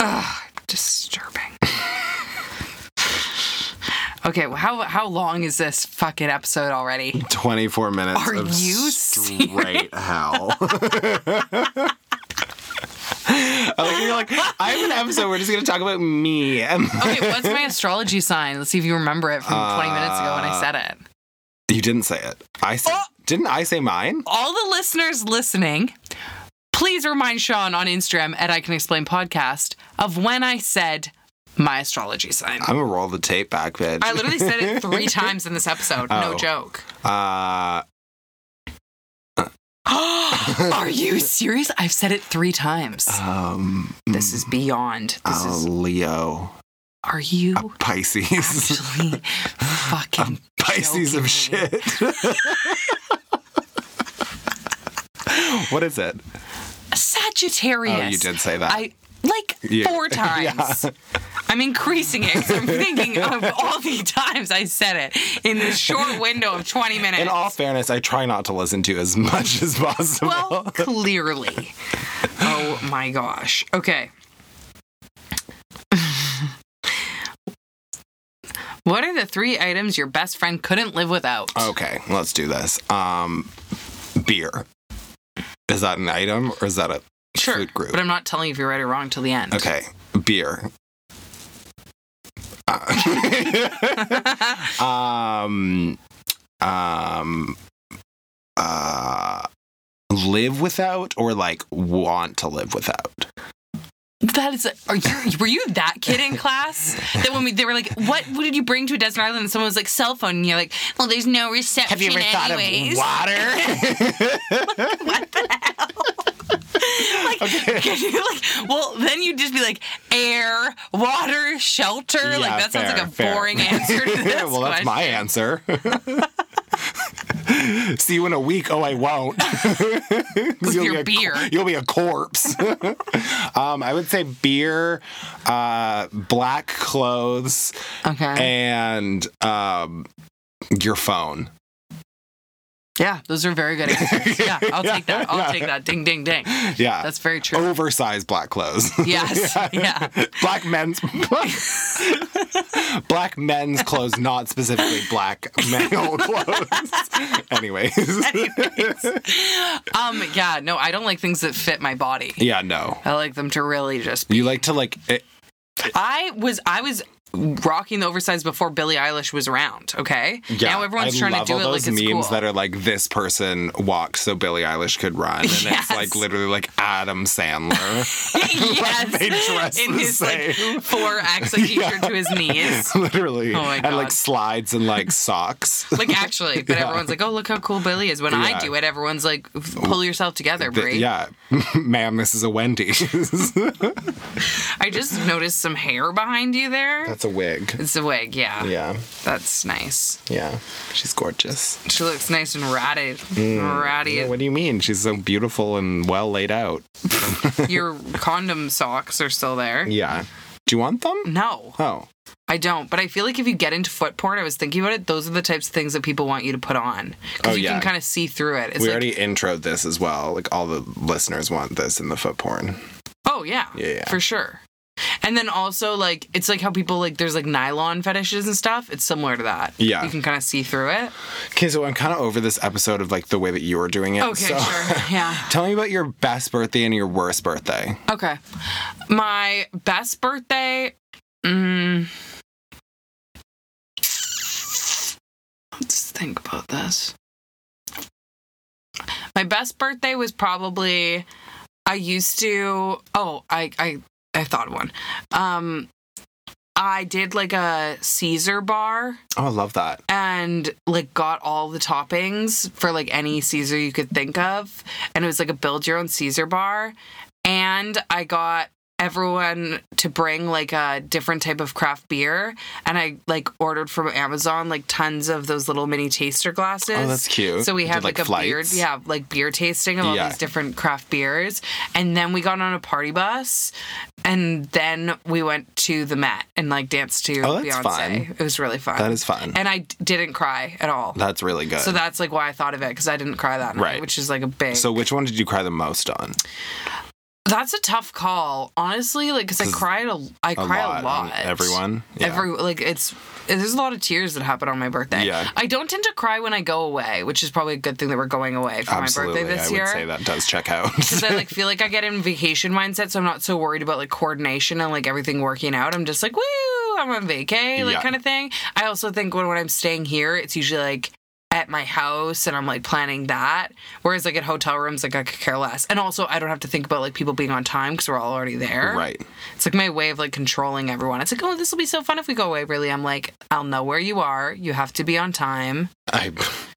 [SPEAKER 2] Ugh, disturbing. okay, well, how how long is this fucking episode already?
[SPEAKER 1] 24 minutes.
[SPEAKER 2] Are
[SPEAKER 1] of
[SPEAKER 2] you
[SPEAKER 1] straight hell? I like, you're like, I have an episode. We're just gonna talk about me.
[SPEAKER 2] Okay, what's my astrology sign? Let's see if you remember it from 20 minutes ago when I said it.
[SPEAKER 1] you didn't say it. I said,
[SPEAKER 2] Oh!
[SPEAKER 1] didn't I say mine?
[SPEAKER 2] All the listeners listening, please remind Sean on Instagram at I Can Explain Podcast of when I said my astrology sign.
[SPEAKER 1] I'm gonna roll the tape back, bitch.
[SPEAKER 2] I literally said it three times in this episode.
[SPEAKER 1] Oh.
[SPEAKER 2] No joke.
[SPEAKER 1] Uh,
[SPEAKER 2] Are you serious? I've said it three times.
[SPEAKER 1] um,
[SPEAKER 2] this is beyond. This
[SPEAKER 1] a
[SPEAKER 2] is.
[SPEAKER 1] Oh, Leo,
[SPEAKER 2] Are you
[SPEAKER 1] a Pisces,
[SPEAKER 2] actually
[SPEAKER 1] Um,
[SPEAKER 2] fucking
[SPEAKER 1] Pisces of
[SPEAKER 2] joking me?
[SPEAKER 1] shit. what is it?
[SPEAKER 2] Sagittarius.
[SPEAKER 1] Oh, you did say that.
[SPEAKER 2] I like
[SPEAKER 1] You-
[SPEAKER 2] four times. I'm increasing it. 'cause I'm thinking of all the times I said it in this short window of 20 minutes.
[SPEAKER 1] In all fairness, I try not to listen to as much as possible.
[SPEAKER 2] well, clearly. Oh my gosh. Okay. what are the three items your best friend couldn't live without?
[SPEAKER 1] okay, let's do this. Um, beer. Is that an item or is that a
[SPEAKER 2] sure.
[SPEAKER 1] food group?
[SPEAKER 2] But I'm not telling you if you're right or wrong till the end.
[SPEAKER 1] Okay, beer. Uh, um, um, uh, live without or like want to live without?
[SPEAKER 2] That is, are you, were you that kid in class that when we they were like, what, what did you bring to a desert island? And someone was like, cell phone, and you're like, well, there's no reception. anyways.
[SPEAKER 1] water?
[SPEAKER 2] what the hell? like,
[SPEAKER 1] Okay.
[SPEAKER 2] could you like, well, then you'd just be like, air, water, shelter. like,
[SPEAKER 1] Yeah,
[SPEAKER 2] that sounds
[SPEAKER 1] fair,
[SPEAKER 2] like a
[SPEAKER 1] fair.
[SPEAKER 2] boring answer to this.
[SPEAKER 1] well, that's my
[SPEAKER 2] question.
[SPEAKER 1] answer. See you in a week. Oh, I won't. 'Cause
[SPEAKER 2] your
[SPEAKER 1] be a
[SPEAKER 2] beer.
[SPEAKER 1] you'll be a corpse. um, I would say beer, uh, black clothes,
[SPEAKER 2] Okay.
[SPEAKER 1] and um, your phone.
[SPEAKER 2] yeah, those are very good answers. Yeah, I'll take that. I'll
[SPEAKER 1] Yeah.
[SPEAKER 2] take that. Ding, ding, ding.
[SPEAKER 1] Yeah.
[SPEAKER 2] That's very true.
[SPEAKER 1] Oversized black clothes.
[SPEAKER 2] Yes, yeah.
[SPEAKER 1] Black men's black men's clothes, not specifically black male clothes. Anyways.
[SPEAKER 2] Um, yeah, no, I don't like things that fit my body.
[SPEAKER 1] Yeah, no.
[SPEAKER 2] I like them to really just
[SPEAKER 1] You like to like eh, it,
[SPEAKER 2] I was I was rocking the oversized before Billie Eilish was around. Okay,
[SPEAKER 1] yeah.
[SPEAKER 2] now everyone's
[SPEAKER 1] I
[SPEAKER 2] trying
[SPEAKER 1] love
[SPEAKER 2] to do
[SPEAKER 1] all
[SPEAKER 2] it
[SPEAKER 1] those
[SPEAKER 2] like it's
[SPEAKER 1] memes
[SPEAKER 2] cool.
[SPEAKER 1] that are like this person walked so Billie Eilish could run, and
[SPEAKER 2] Yes.
[SPEAKER 1] it's like literally like Adam Sandler,
[SPEAKER 2] yes,
[SPEAKER 1] they dress
[SPEAKER 2] in
[SPEAKER 1] the
[SPEAKER 2] his
[SPEAKER 1] same.
[SPEAKER 2] like four X like
[SPEAKER 1] Yeah.
[SPEAKER 2] t-shirt to his knees.
[SPEAKER 1] literally,
[SPEAKER 2] Oh my
[SPEAKER 1] and like
[SPEAKER 2] God.
[SPEAKER 1] slides and like socks.
[SPEAKER 2] Like actually, but everyone's like, "Oh, look how cool Billy is." When
[SPEAKER 1] Yeah.
[SPEAKER 2] I do it, everyone's like, "Pull yourself together,
[SPEAKER 1] Th-
[SPEAKER 2] Brie."
[SPEAKER 1] yeah, ma'am, this is a Wendy's.
[SPEAKER 2] I just noticed some hair behind you there.
[SPEAKER 1] That's a wig.
[SPEAKER 2] it's a wig, yeah.
[SPEAKER 1] Yeah,
[SPEAKER 2] That's nice.
[SPEAKER 1] yeah. She's gorgeous.
[SPEAKER 2] She looks nice and ratted, ratty.
[SPEAKER 1] Yeah, what do Mm. you mean? She's so beautiful and well laid out.
[SPEAKER 2] Your condom socks are still there.
[SPEAKER 1] Yeah. Do you want them?
[SPEAKER 2] No.
[SPEAKER 1] Oh.
[SPEAKER 2] I don't, but I feel like if you get into foot porn, I was thinking about it. Those are the types of things that people want you to put on because
[SPEAKER 1] Oh,
[SPEAKER 2] you
[SPEAKER 1] yeah.
[SPEAKER 2] can kind of see through it. It's
[SPEAKER 1] we
[SPEAKER 2] like,
[SPEAKER 1] already introed this as well. Like all the listeners want this in the foot porn.
[SPEAKER 2] oh yeah,
[SPEAKER 1] Yeah.
[SPEAKER 2] for sure. And then also like it's like how people like there's like nylon fetishes and stuff. It's similar to that.
[SPEAKER 1] Yeah.
[SPEAKER 2] you can kind of see through it.
[SPEAKER 1] Okay, so I'm kind of over this episode of like the way that you were doing it.
[SPEAKER 2] Okay,
[SPEAKER 1] so.
[SPEAKER 2] sure, yeah.
[SPEAKER 1] Tell me about your best birthday and your worst birthday.
[SPEAKER 2] Okay, my best birthday. Mm, let's think about this. My best birthday was probably I used to oh, I I I thought of one. Um I did like a Caesar bar
[SPEAKER 1] Oh, I love that.
[SPEAKER 2] and like got all the toppings for like any Caesar you could think of. And it was like a build your own Caesar bar. And I got everyone to bring like a different type of craft beer. And I like ordered from Amazon like tons of those little mini taster glasses.
[SPEAKER 1] Oh, that's cute.
[SPEAKER 2] So we
[SPEAKER 1] You
[SPEAKER 2] had
[SPEAKER 1] did, like,
[SPEAKER 2] like, a beer,
[SPEAKER 1] flights?
[SPEAKER 2] yeah, like beer tasting of all
[SPEAKER 1] Yeah.
[SPEAKER 2] these different craft beers. And then we got on a party bus and then we went to the Met and like danced to
[SPEAKER 1] Oh, that's
[SPEAKER 2] Beyonce.
[SPEAKER 1] fun.
[SPEAKER 2] It was really fun
[SPEAKER 1] That is fun.
[SPEAKER 2] and I d- didn't cry at all.
[SPEAKER 1] That's really good.
[SPEAKER 2] so that's like why I thought of it because I didn't cry that night,
[SPEAKER 1] Right.
[SPEAKER 2] which is like a big.
[SPEAKER 1] So which one did you cry the most on?
[SPEAKER 2] that's a tough call, honestly. Like, because I cried a, I
[SPEAKER 1] A
[SPEAKER 2] cry
[SPEAKER 1] lot.
[SPEAKER 2] a lot.
[SPEAKER 1] on Everyone. Yeah.
[SPEAKER 2] Every like it's there's a lot of tears that happen on my birthday.
[SPEAKER 1] Yeah.
[SPEAKER 2] I don't tend to cry when I go away, which is probably a good thing that we're going away for
[SPEAKER 1] Absolutely.
[SPEAKER 2] my birthday this
[SPEAKER 1] I
[SPEAKER 2] year.
[SPEAKER 1] would say that does check out.
[SPEAKER 2] Because I like feel like I get in vacation mindset, so I'm not so worried about like coordination and like everything working out. I'm just like, woo, I'm on vacay, like
[SPEAKER 1] Yeah.
[SPEAKER 2] kind of thing. I also think when when I'm staying here, it's usually like at my house and I'm like planning that. Whereas like at hotel rooms, like I could care less. And also, I don't have to think about like people being on time because we're all already there.
[SPEAKER 1] Right.
[SPEAKER 2] It's like my way of like controlling everyone. It's like, oh, this will be so fun if we go away. Really, I'm like, I'll know where you are. You have to be on time.
[SPEAKER 1] I,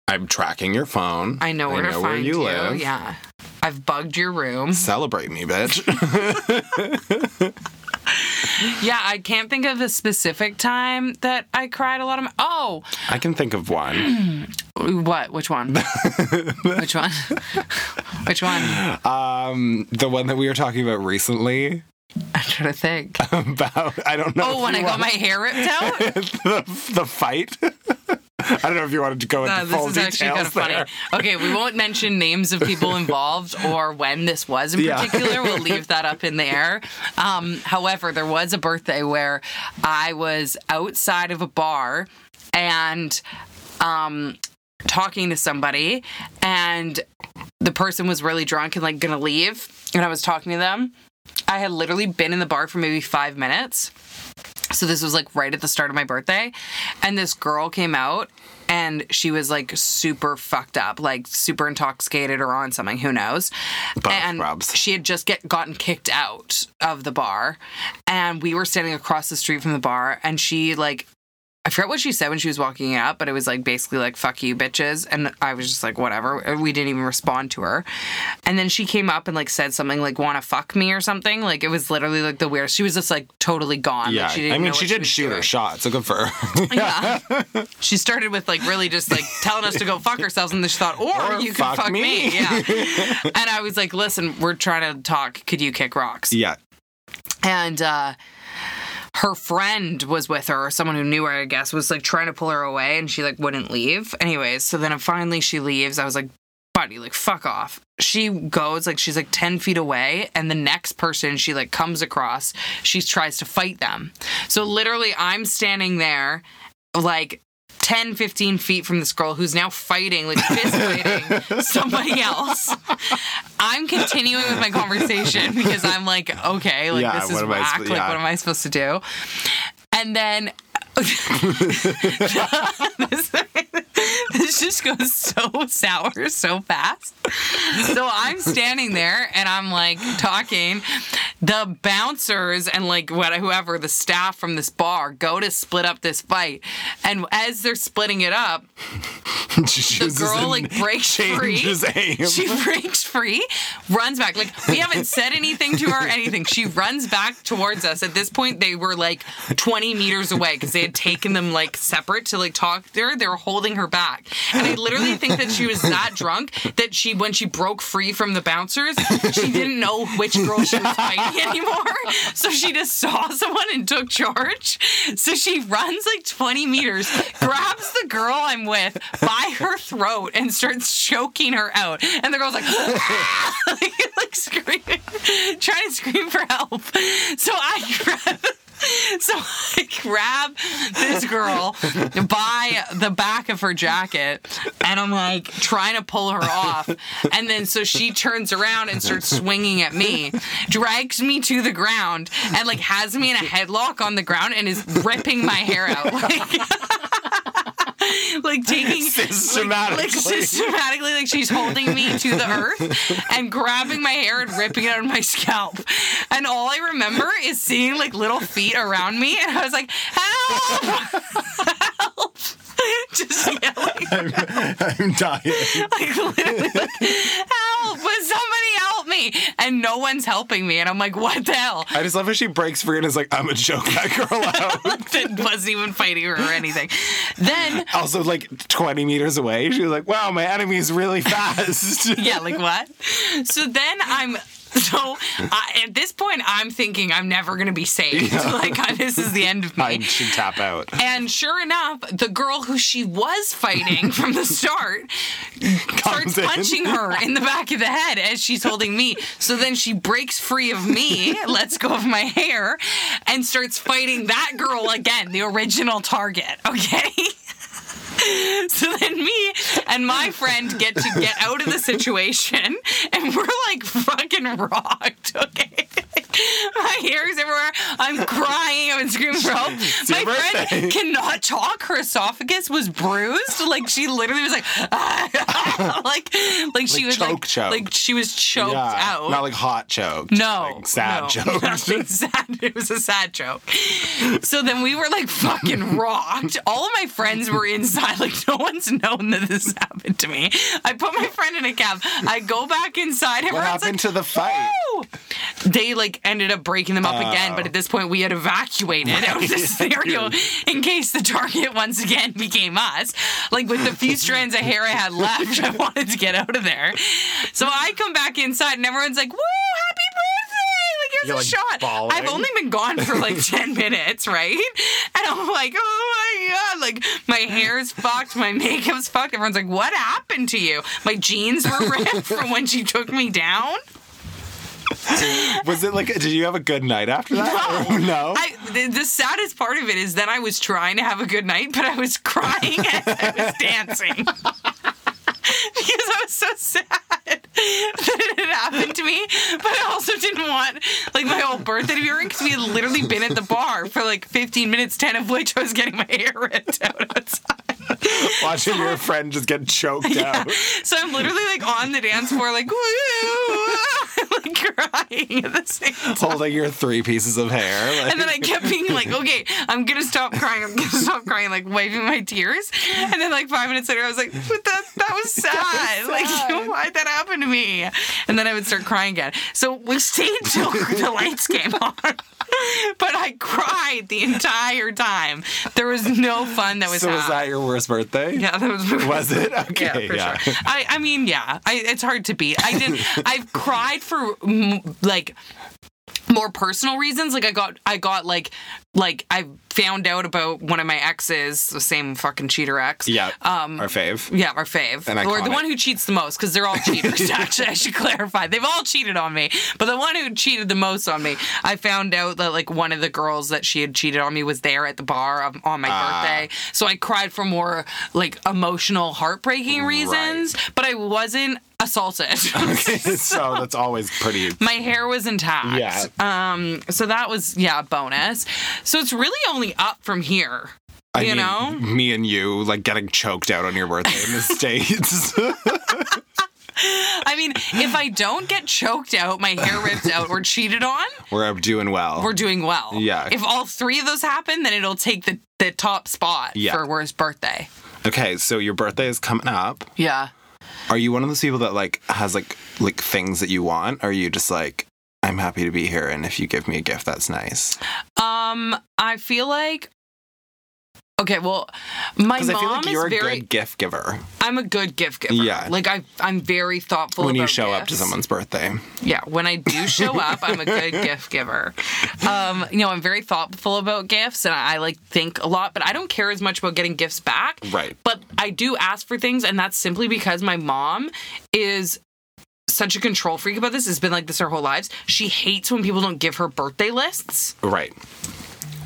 [SPEAKER 1] I'm tracking your phone.
[SPEAKER 2] I know where to find you. Yeah. I've bugged your room.
[SPEAKER 1] Celebrate me, bitch.
[SPEAKER 2] yeah, I can't think of a specific time that I cried a lot of. My- oh,
[SPEAKER 1] I can think of one.
[SPEAKER 2] what? Which one? Which one? Which one?
[SPEAKER 1] Um, the one that we were talking about recently
[SPEAKER 2] I'm trying to think.
[SPEAKER 1] about I don't know.
[SPEAKER 2] Oh,
[SPEAKER 1] if
[SPEAKER 2] when
[SPEAKER 1] you
[SPEAKER 2] I got my hair ripped out.
[SPEAKER 1] want- the, the fight. I don't know if you wanted to go into
[SPEAKER 2] Uh,
[SPEAKER 1] full
[SPEAKER 2] this is actually kind of
[SPEAKER 1] details
[SPEAKER 2] funny.
[SPEAKER 1] there.
[SPEAKER 2] Okay, we won't mention names of people involved or when this was in
[SPEAKER 1] Yeah.
[SPEAKER 2] particular. We'll leave that up in the air. Um, however, there was a birthday where I was outside of a bar and um, talking to somebody, and the person was really drunk and like gonna leave, and I was talking to them. I had literally been in the bar for maybe five minutes. So this was like right at the start of my birthday. And this girl came out and she was like super fucked up, like super intoxicated or on something, who knows.
[SPEAKER 1] Both,
[SPEAKER 2] and
[SPEAKER 1] Robs.
[SPEAKER 2] she had just get gotten kicked out of the bar. And we were standing across the street from the bar and she like I forgot what she said when she was walking out, but it was like basically like "fuck you, bitches," and I was just like, whatever. We didn't even respond to her, and then she came up and like said something like "wanna fuck me" or something. Like it was literally like the weirdest. She was just like totally gone.
[SPEAKER 1] Yeah,
[SPEAKER 2] like,
[SPEAKER 1] I mean,
[SPEAKER 2] know
[SPEAKER 1] she
[SPEAKER 2] what
[SPEAKER 1] did
[SPEAKER 2] was
[SPEAKER 1] shoot her
[SPEAKER 2] doing.
[SPEAKER 1] shot, so good for her.
[SPEAKER 2] Yeah. she started with like really just like telling us to go fuck ourselves, and then she thought, or,
[SPEAKER 1] Or
[SPEAKER 2] you
[SPEAKER 1] fuck
[SPEAKER 2] can fuck, me.
[SPEAKER 1] me.
[SPEAKER 2] Yeah. and I was like, listen, we're trying to talk. Could you kick rocks?
[SPEAKER 1] yeah,
[SPEAKER 2] and uh her friend was with her, or someone who knew her, I guess, was like trying to pull her away and she like wouldn't leave. Anyways, so then finally she leaves. I was like, buddy, like, fuck off. She goes, like, she's like 10 feet away, and the next person she like comes across, she tries to fight them. So literally, I'm standing there, like, 10, 15 feet from this girl who's now fighting, like fist fighting somebody else. I'm continuing with my conversation because I'm like, okay, like
[SPEAKER 1] Yeah,
[SPEAKER 2] this is
[SPEAKER 1] what am I
[SPEAKER 2] whack.
[SPEAKER 1] sp-
[SPEAKER 2] like,
[SPEAKER 1] yeah.
[SPEAKER 2] what am I supposed to do? And then this, this just goes so sour so fast. So I'm standing there and I'm like talking. The bouncers and like what whoever the staff from this bar go to split up this fight, and as they're splitting it up,
[SPEAKER 1] she the
[SPEAKER 2] girl, like, breaks free.
[SPEAKER 1] changes aim.
[SPEAKER 2] she breaks free, runs back. Like we haven't said anything to her, or anything. She runs back towards us. At this point, they were like 20 meters away because they had taken them like separate to like talk to her. They were holding her back, and I literally think that she was that drunk that she, when she broke free from the bouncers, she didn't know which girl she was fighting anymore. So she just saw someone and took charge. So she runs like 20 meters, grabs the girl I'm with by her throat and starts choking her out. And the girl's like, "Ah!" like, like screaming, trying to scream for help. So I grab. So I grab this girl by the back of her jacket and I'm like trying to pull her off. And then so she turns around and starts swinging at me, drags me to the ground, and like has me in a headlock on the ground and is ripping my hair out. Like, like taking
[SPEAKER 1] Systematically.
[SPEAKER 2] like systematically like she's holding me to the earth and grabbing my hair and ripping it out of my scalp and all i remember is seeing like little feet around me and i was like help help just yelling
[SPEAKER 1] I'm, I'm dying.
[SPEAKER 2] like literally like, help would somebody help me and no one's helping me and i'm like what the hell
[SPEAKER 1] I just love how she breaks free and is like, "I'm gonna choke that girl out."
[SPEAKER 2] that wasn't even fighting her or anything then
[SPEAKER 1] also, like 20 meters away, she was like, "Wow, my enemy's really fast."
[SPEAKER 2] yeah, like what? So then I'm. So I, at this point, I'm thinking I'm never gonna be saved. Like I, this is the end of me.
[SPEAKER 1] I should tap out.
[SPEAKER 2] and sure enough, the girl who she was fighting from the start starts
[SPEAKER 1] Comes in.
[SPEAKER 2] punching her in the back of the head as she's holding me. So then she breaks free of me, lets go of my hair, and starts fighting that girl again, the original target. Okay. So then me and my friend get to get out of the situation and we're like fucking rocked, okay? My hair is everywhere. I'm crying. I'm screaming for help. My
[SPEAKER 1] your
[SPEAKER 2] friend
[SPEAKER 1] birthday.
[SPEAKER 2] cannot talk. Her esophagus was bruised. Like she literally was like, like, like she
[SPEAKER 1] Like
[SPEAKER 2] was like,
[SPEAKER 1] choke, choke.
[SPEAKER 2] like she was choked out.
[SPEAKER 1] Not like hot choked.
[SPEAKER 2] no,
[SPEAKER 1] Like sad
[SPEAKER 2] no,
[SPEAKER 1] choked.
[SPEAKER 2] nothing sad. It was a sad joke. So then we were like fucking rocked. All of my friends were inside. Like no one's known that this happened to me. I put my friend in a cab. I go back inside.
[SPEAKER 1] What
[SPEAKER 2] Everyone's
[SPEAKER 1] happened
[SPEAKER 2] like,
[SPEAKER 1] to the fight?
[SPEAKER 2] Woo! They like ended up breaking them up again, but at this point we had evacuated out of the scenario in case the target once again became us. Like with the few strands of hair I had left, I wanted to get out of there. So I come back inside and everyone's like, "Woo, happy birthday!" Like here's
[SPEAKER 1] You're,
[SPEAKER 2] a
[SPEAKER 1] like,
[SPEAKER 2] shot.
[SPEAKER 1] bawling.
[SPEAKER 2] I've only been gone for like ten minutes, right? And I'm like, "Oh my god!" Like my hair's fucked, my makeup's fucked. Everyone's like, "What happened to you?" My jeans were ripped from when she took me down.
[SPEAKER 1] Was it like? Did you have a good night after that? No. no?
[SPEAKER 2] I, the, the saddest part of it is then I was trying to have a good night, but I was crying as I was dancing. because I was so sad that it had happened to me. But I also didn't want like my whole birthday to be ruined because we had literally been at the bar for like 15 minutes, 10 of which I was getting my hair ripped out outside.
[SPEAKER 1] Watching your friend just get choked out.
[SPEAKER 2] So I'm literally like on the dance floor, like, woo, like crying at the same time.
[SPEAKER 1] holding your three pieces of hair. Like,
[SPEAKER 2] And then I kept being like, okay, I'm gonna stop crying. I'm gonna stop crying, like wiping my tears. And then like five minutes later, I was like, but that that was sad. Like, why'd that happen to me? And then I would start crying again. So we stayed till the lights came on. But I cried the entire time. There was no fun that was.
[SPEAKER 1] so was
[SPEAKER 2] had.
[SPEAKER 1] that your worst birthday?
[SPEAKER 2] Yeah, that was.
[SPEAKER 1] Was it?
[SPEAKER 2] Yeah,
[SPEAKER 1] Okay.
[SPEAKER 2] for sure. I, I mean, yeah, I, it's hard to beat. I did. I've cried for mm, like more personal reasons. Like I got, I got like, like I found out about one of my exes, the same fucking cheater ex.
[SPEAKER 1] Yeah.
[SPEAKER 2] Um.
[SPEAKER 1] Our fave.
[SPEAKER 2] yeah, our fave,
[SPEAKER 1] An
[SPEAKER 2] or the
[SPEAKER 1] iconic.
[SPEAKER 2] one who cheats the most, because they're all cheaters. actually, I should clarify, they've all cheated on me. But the one who cheated the most on me, I found out that like one of the girls that she had cheated on me was there at the bar of- on my
[SPEAKER 1] Ah.
[SPEAKER 2] birthday, so I cried for more like emotional, heartbreaking reasons. But I wasn't assaulted.
[SPEAKER 1] so that's always pretty.
[SPEAKER 2] my hair was intact.
[SPEAKER 1] Yeah.
[SPEAKER 2] Um. So that was yeah, a bonus. So it's really only up from here.
[SPEAKER 1] I
[SPEAKER 2] You
[SPEAKER 1] mean,
[SPEAKER 2] know?
[SPEAKER 1] me and you like getting choked out on your birthday in the states.
[SPEAKER 2] I mean, if I don't get choked out, my hair ripped out, or cheated on,
[SPEAKER 1] We're doing well.
[SPEAKER 2] we're doing well.
[SPEAKER 1] Yeah.
[SPEAKER 2] If all three of those happen, then it'll take the, the top spot
[SPEAKER 1] Yeah.
[SPEAKER 2] for worst birthday.
[SPEAKER 1] okay, so your birthday is coming up.
[SPEAKER 2] Yeah.
[SPEAKER 1] Are you one of those people that like has like like things that you want? Or are you just like I'm happy to be here, and if you give me a gift, that's nice.
[SPEAKER 2] Um, I feel like okay, well, my
[SPEAKER 1] Because
[SPEAKER 2] mom
[SPEAKER 1] I feel like you're a
[SPEAKER 2] is very.
[SPEAKER 1] good gift giver
[SPEAKER 2] I'm a good gift giver.
[SPEAKER 1] Yeah.
[SPEAKER 2] Like I, I'm very thoughtful.
[SPEAKER 1] when you
[SPEAKER 2] about
[SPEAKER 1] show up to
[SPEAKER 2] gifts.
[SPEAKER 1] someone's birthday.
[SPEAKER 2] Yeah, when I do show up, I'm a good gift giver. Um, you know, I'm very thoughtful about gifts and I like think a lot, but I don't care as much about getting gifts back.
[SPEAKER 1] Right.
[SPEAKER 2] But I do ask for things, and that's simply because my mom is such a control freak about this. It's been like this her whole lives. She hates when people don't give her birthday lists
[SPEAKER 1] Right.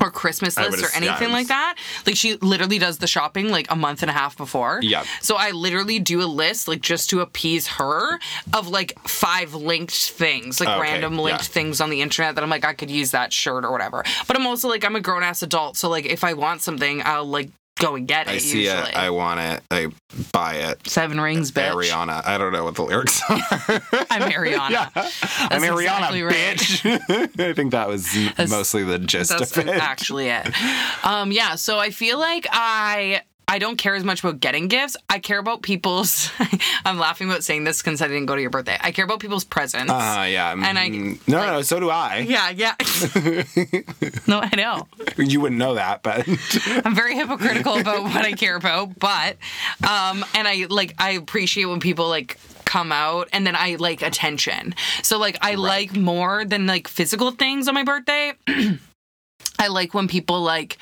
[SPEAKER 2] or Christmas
[SPEAKER 1] I would
[SPEAKER 2] lists or
[SPEAKER 1] assume-
[SPEAKER 2] anything like that. Like she literally does the shopping like a month and a half before.
[SPEAKER 1] Yeah.
[SPEAKER 2] So I literally do a list like just to appease her of like five linked things, like
[SPEAKER 1] Oh, Okay,
[SPEAKER 2] random linked
[SPEAKER 1] yeah.
[SPEAKER 2] things on the internet that I'm like I could use that shirt or whatever. But I'm also like I'm a grown ass adult, so like if I want something, I'll like go and get it.
[SPEAKER 1] I see
[SPEAKER 2] usually.
[SPEAKER 1] it. I want it. I buy it.
[SPEAKER 2] Seven rings, bitch.
[SPEAKER 1] Ariana. I don't know what the lyrics are.
[SPEAKER 2] I'm Ariana.
[SPEAKER 1] I'm Ariana,
[SPEAKER 2] exactly right.
[SPEAKER 1] bitch. I think that was m- mostly the gist
[SPEAKER 2] That's
[SPEAKER 1] of it.
[SPEAKER 2] actually it. Um, yeah, so I feel like I I don't care as much about getting gifts. I care about people's. I'm laughing about saying this because I didn't go to your birthday. I care about people's presents.
[SPEAKER 1] Uh, yeah.
[SPEAKER 2] And I-
[SPEAKER 1] mm, no, no,
[SPEAKER 2] like-
[SPEAKER 1] so do I.
[SPEAKER 2] yeah, yeah. no, I know.
[SPEAKER 1] You wouldn't know that, but
[SPEAKER 2] I'm very hypocritical about what I care about, but um and I like I appreciate when people like come out and then I like attention. So like I like more than like physical things on my birthday. I like when people like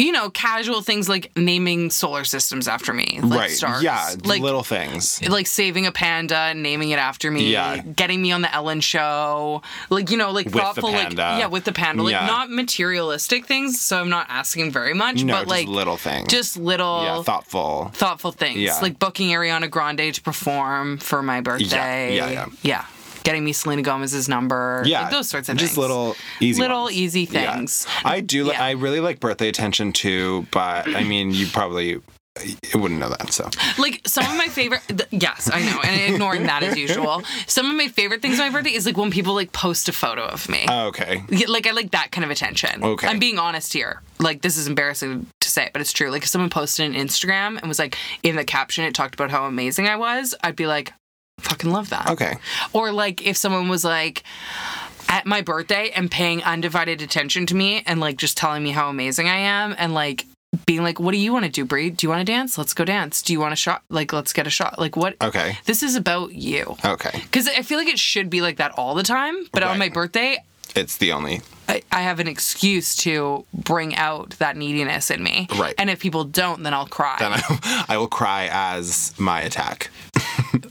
[SPEAKER 2] you know, casual things like naming solar systems after me, like
[SPEAKER 1] right.
[SPEAKER 2] stars.
[SPEAKER 1] Yeah,
[SPEAKER 2] like
[SPEAKER 1] little things.
[SPEAKER 2] like saving a panda and naming it after me,
[SPEAKER 1] Yeah.
[SPEAKER 2] getting me on the Ellen show, like you know, like
[SPEAKER 1] the
[SPEAKER 2] thoughtful, like
[SPEAKER 1] panda.
[SPEAKER 2] yeah, with the panda, like
[SPEAKER 1] Yeah.
[SPEAKER 2] not materialistic things. So I'm not asking very much,
[SPEAKER 1] No,
[SPEAKER 2] but
[SPEAKER 1] just
[SPEAKER 2] like
[SPEAKER 1] little things.
[SPEAKER 2] just little
[SPEAKER 1] yeah, thoughtful.
[SPEAKER 2] thoughtful things,
[SPEAKER 1] Yeah.
[SPEAKER 2] like booking Ariana Grande to perform for my birthday.
[SPEAKER 1] yeah, yeah.
[SPEAKER 2] yeah. getting me Selena Gomez's number.
[SPEAKER 1] Yeah,
[SPEAKER 2] like those sorts of
[SPEAKER 1] just
[SPEAKER 2] things.
[SPEAKER 1] little easy
[SPEAKER 2] little
[SPEAKER 1] ones.
[SPEAKER 2] easy
[SPEAKER 1] Yeah.
[SPEAKER 2] things.
[SPEAKER 1] I do. li-
[SPEAKER 2] Yeah.
[SPEAKER 1] I really like birthday attention too, but I mean, you probably you wouldn't know that. So
[SPEAKER 2] Like some of my favorite, th- yes, I know, and ignoring that as usual. Some of my favorite things on my birthday is like when people like post a photo of me.
[SPEAKER 1] Oh, okay.
[SPEAKER 2] Yeah, like I like that kind of attention.
[SPEAKER 1] Okay.
[SPEAKER 2] I'm being honest here. Like this is embarrassing to say, but it's true. Like if someone posted an Instagram and was like in the caption it talked about how amazing I was, I'd be like, fucking love that.
[SPEAKER 1] Okay.
[SPEAKER 2] Or like if someone was like at my birthday and paying undivided attention to me and like just telling me how amazing I am and like being like, What do you want to do, Brie? Do you want to dance? Let's go dance. Do you want a shot? Like, let's get a shot. Like what
[SPEAKER 1] Okay.
[SPEAKER 2] this is about you.
[SPEAKER 1] Okay.
[SPEAKER 2] Because I feel like it should be like that all the time, but on
[SPEAKER 1] Right.
[SPEAKER 2] my birthday,
[SPEAKER 1] It's the only.
[SPEAKER 2] I, I have an excuse to bring out that neediness in me.
[SPEAKER 1] Right.
[SPEAKER 2] And if people don't, then I'll cry
[SPEAKER 1] Then I, I will cry as my attack.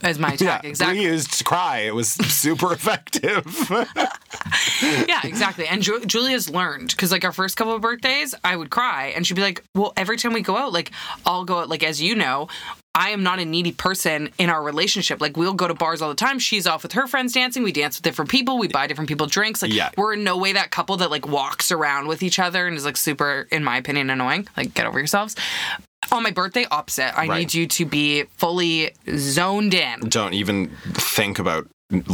[SPEAKER 2] as my attack. exactly.
[SPEAKER 1] We used cry. It was super effective.
[SPEAKER 2] Yeah, exactly. And Ju- Julia's learned because like our first couple of birthdays, I would cry, and she'd be like, "Well, every time we go out, like I'll go out. Like as you know, I am not a needy person in our relationship. Like we'll go to bars all the time. She's off with her friends dancing. We dance with different people. We buy different people drinks. Like
[SPEAKER 1] Yeah.
[SPEAKER 2] we're in no way that couple that like walks around with each other and is like super, in my opinion, annoying. Like get over yourselves." On my birthday, opposite. I
[SPEAKER 1] Right.
[SPEAKER 2] need you to be fully zoned in
[SPEAKER 1] Don't even think about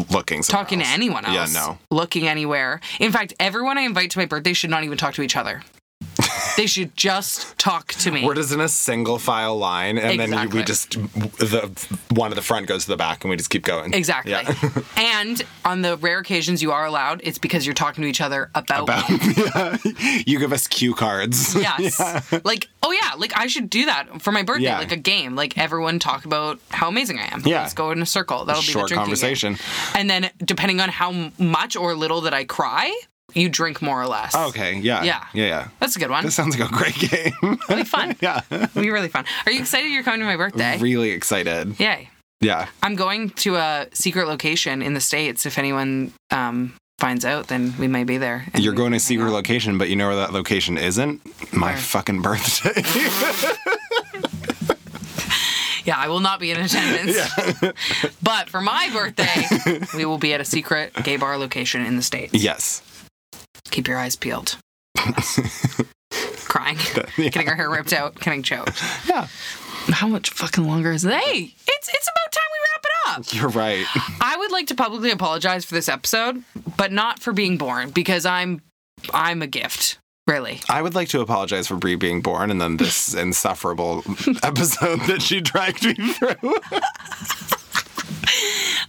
[SPEAKER 1] looking. somewhere
[SPEAKER 2] talking
[SPEAKER 1] else.
[SPEAKER 2] to anyone else.
[SPEAKER 1] Yeah. No.
[SPEAKER 2] Looking anywhere. In fact, everyone I invite to my birthday should not even talk to each other. they should just talk to me.
[SPEAKER 1] We're just in a single file line, and then we
[SPEAKER 2] Exactly.
[SPEAKER 1] just the one at the front goes to the back, and we just keep going.
[SPEAKER 2] exactly.
[SPEAKER 1] Yeah.
[SPEAKER 2] and on the rare occasions you are allowed, it's because you're talking to each other about,
[SPEAKER 1] About- yeah. You give us cue cards.
[SPEAKER 2] Yes. Like, oh yeah, like I should do that for my birthday,
[SPEAKER 1] Yeah.
[SPEAKER 2] like a game. Like everyone talk about how amazing I am.
[SPEAKER 1] Yeah.
[SPEAKER 2] Let's go in a circle. That'll be
[SPEAKER 1] Short
[SPEAKER 2] the drinking game.
[SPEAKER 1] conversation.
[SPEAKER 2] And then depending on how m- much or little that I cry, you drink more or less.
[SPEAKER 1] Okay. Yeah.
[SPEAKER 2] Yeah.
[SPEAKER 1] Yeah. Yeah.
[SPEAKER 2] That's a good one.
[SPEAKER 1] This sounds like a great game.
[SPEAKER 2] It'll be fun.
[SPEAKER 1] yeah.
[SPEAKER 2] It'll be really fun. Are you excited you're coming to my birthday?
[SPEAKER 1] Really excited.
[SPEAKER 2] Yay.
[SPEAKER 1] Yeah.
[SPEAKER 2] I'm going to a secret location in the States. If anyone um, finds out, then we may be there. And
[SPEAKER 1] You're
[SPEAKER 2] we
[SPEAKER 1] going to
[SPEAKER 2] can
[SPEAKER 1] a secret
[SPEAKER 2] hang out.
[SPEAKER 1] location, but you know where that location isn't? My
[SPEAKER 2] Where?
[SPEAKER 1] fucking birthday.
[SPEAKER 2] Yeah, I will not be in attendance. But for my birthday, we will be at a secret gay bar location in the States.
[SPEAKER 1] yes.
[SPEAKER 2] Keep your eyes peeled. Crying.
[SPEAKER 1] yeah.
[SPEAKER 2] Getting our hair ripped out, getting choked.
[SPEAKER 1] Yeah.
[SPEAKER 2] How much fucking longer is it? Hey, it's, it's about time we wrap it up.
[SPEAKER 1] You're right.
[SPEAKER 2] I would like to publicly apologize for this episode, but not for being born because I'm I'm a gift, really.
[SPEAKER 1] I would like to apologize for Brie being born and then this insufferable episode that she dragged me through.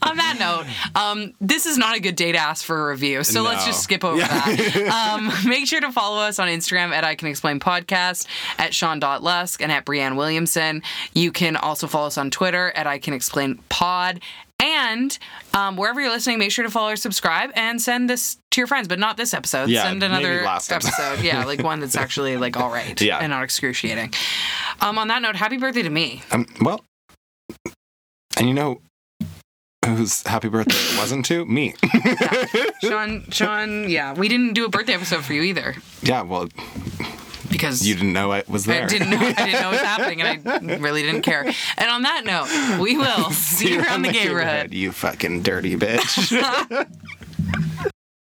[SPEAKER 2] On that note, um, this is not a good day to ask for a review, so let's
[SPEAKER 1] No.
[SPEAKER 2] just skip over
[SPEAKER 1] Yeah.
[SPEAKER 2] that. Um, make sure to follow us on Instagram at I Can Explain Podcast, at Sean.Lusk, and at Brianne Williamson. You can also follow us on Twitter at I Can Explain Pod. And um, wherever you're listening, make sure to follow or subscribe and send this to your friends, but not this episode.
[SPEAKER 1] Yeah,
[SPEAKER 2] send
[SPEAKER 1] maybe
[SPEAKER 2] another
[SPEAKER 1] last episode.
[SPEAKER 2] yeah, like one that's actually like all right
[SPEAKER 1] Yeah.
[SPEAKER 2] and not excruciating. Um, on that note, happy birthday to me.
[SPEAKER 1] Um, well, and you know whose happy birthday it wasn't to? Me.
[SPEAKER 2] Sean, Sean, yeah, we didn't do a birthday episode for you either
[SPEAKER 1] yeah, well,
[SPEAKER 2] because
[SPEAKER 1] you didn't know I was there.
[SPEAKER 2] I didn't know I didn't know what was happening, and I really didn't care. And on that note, we will see you around the gay road.
[SPEAKER 1] You fucking dirty bitch.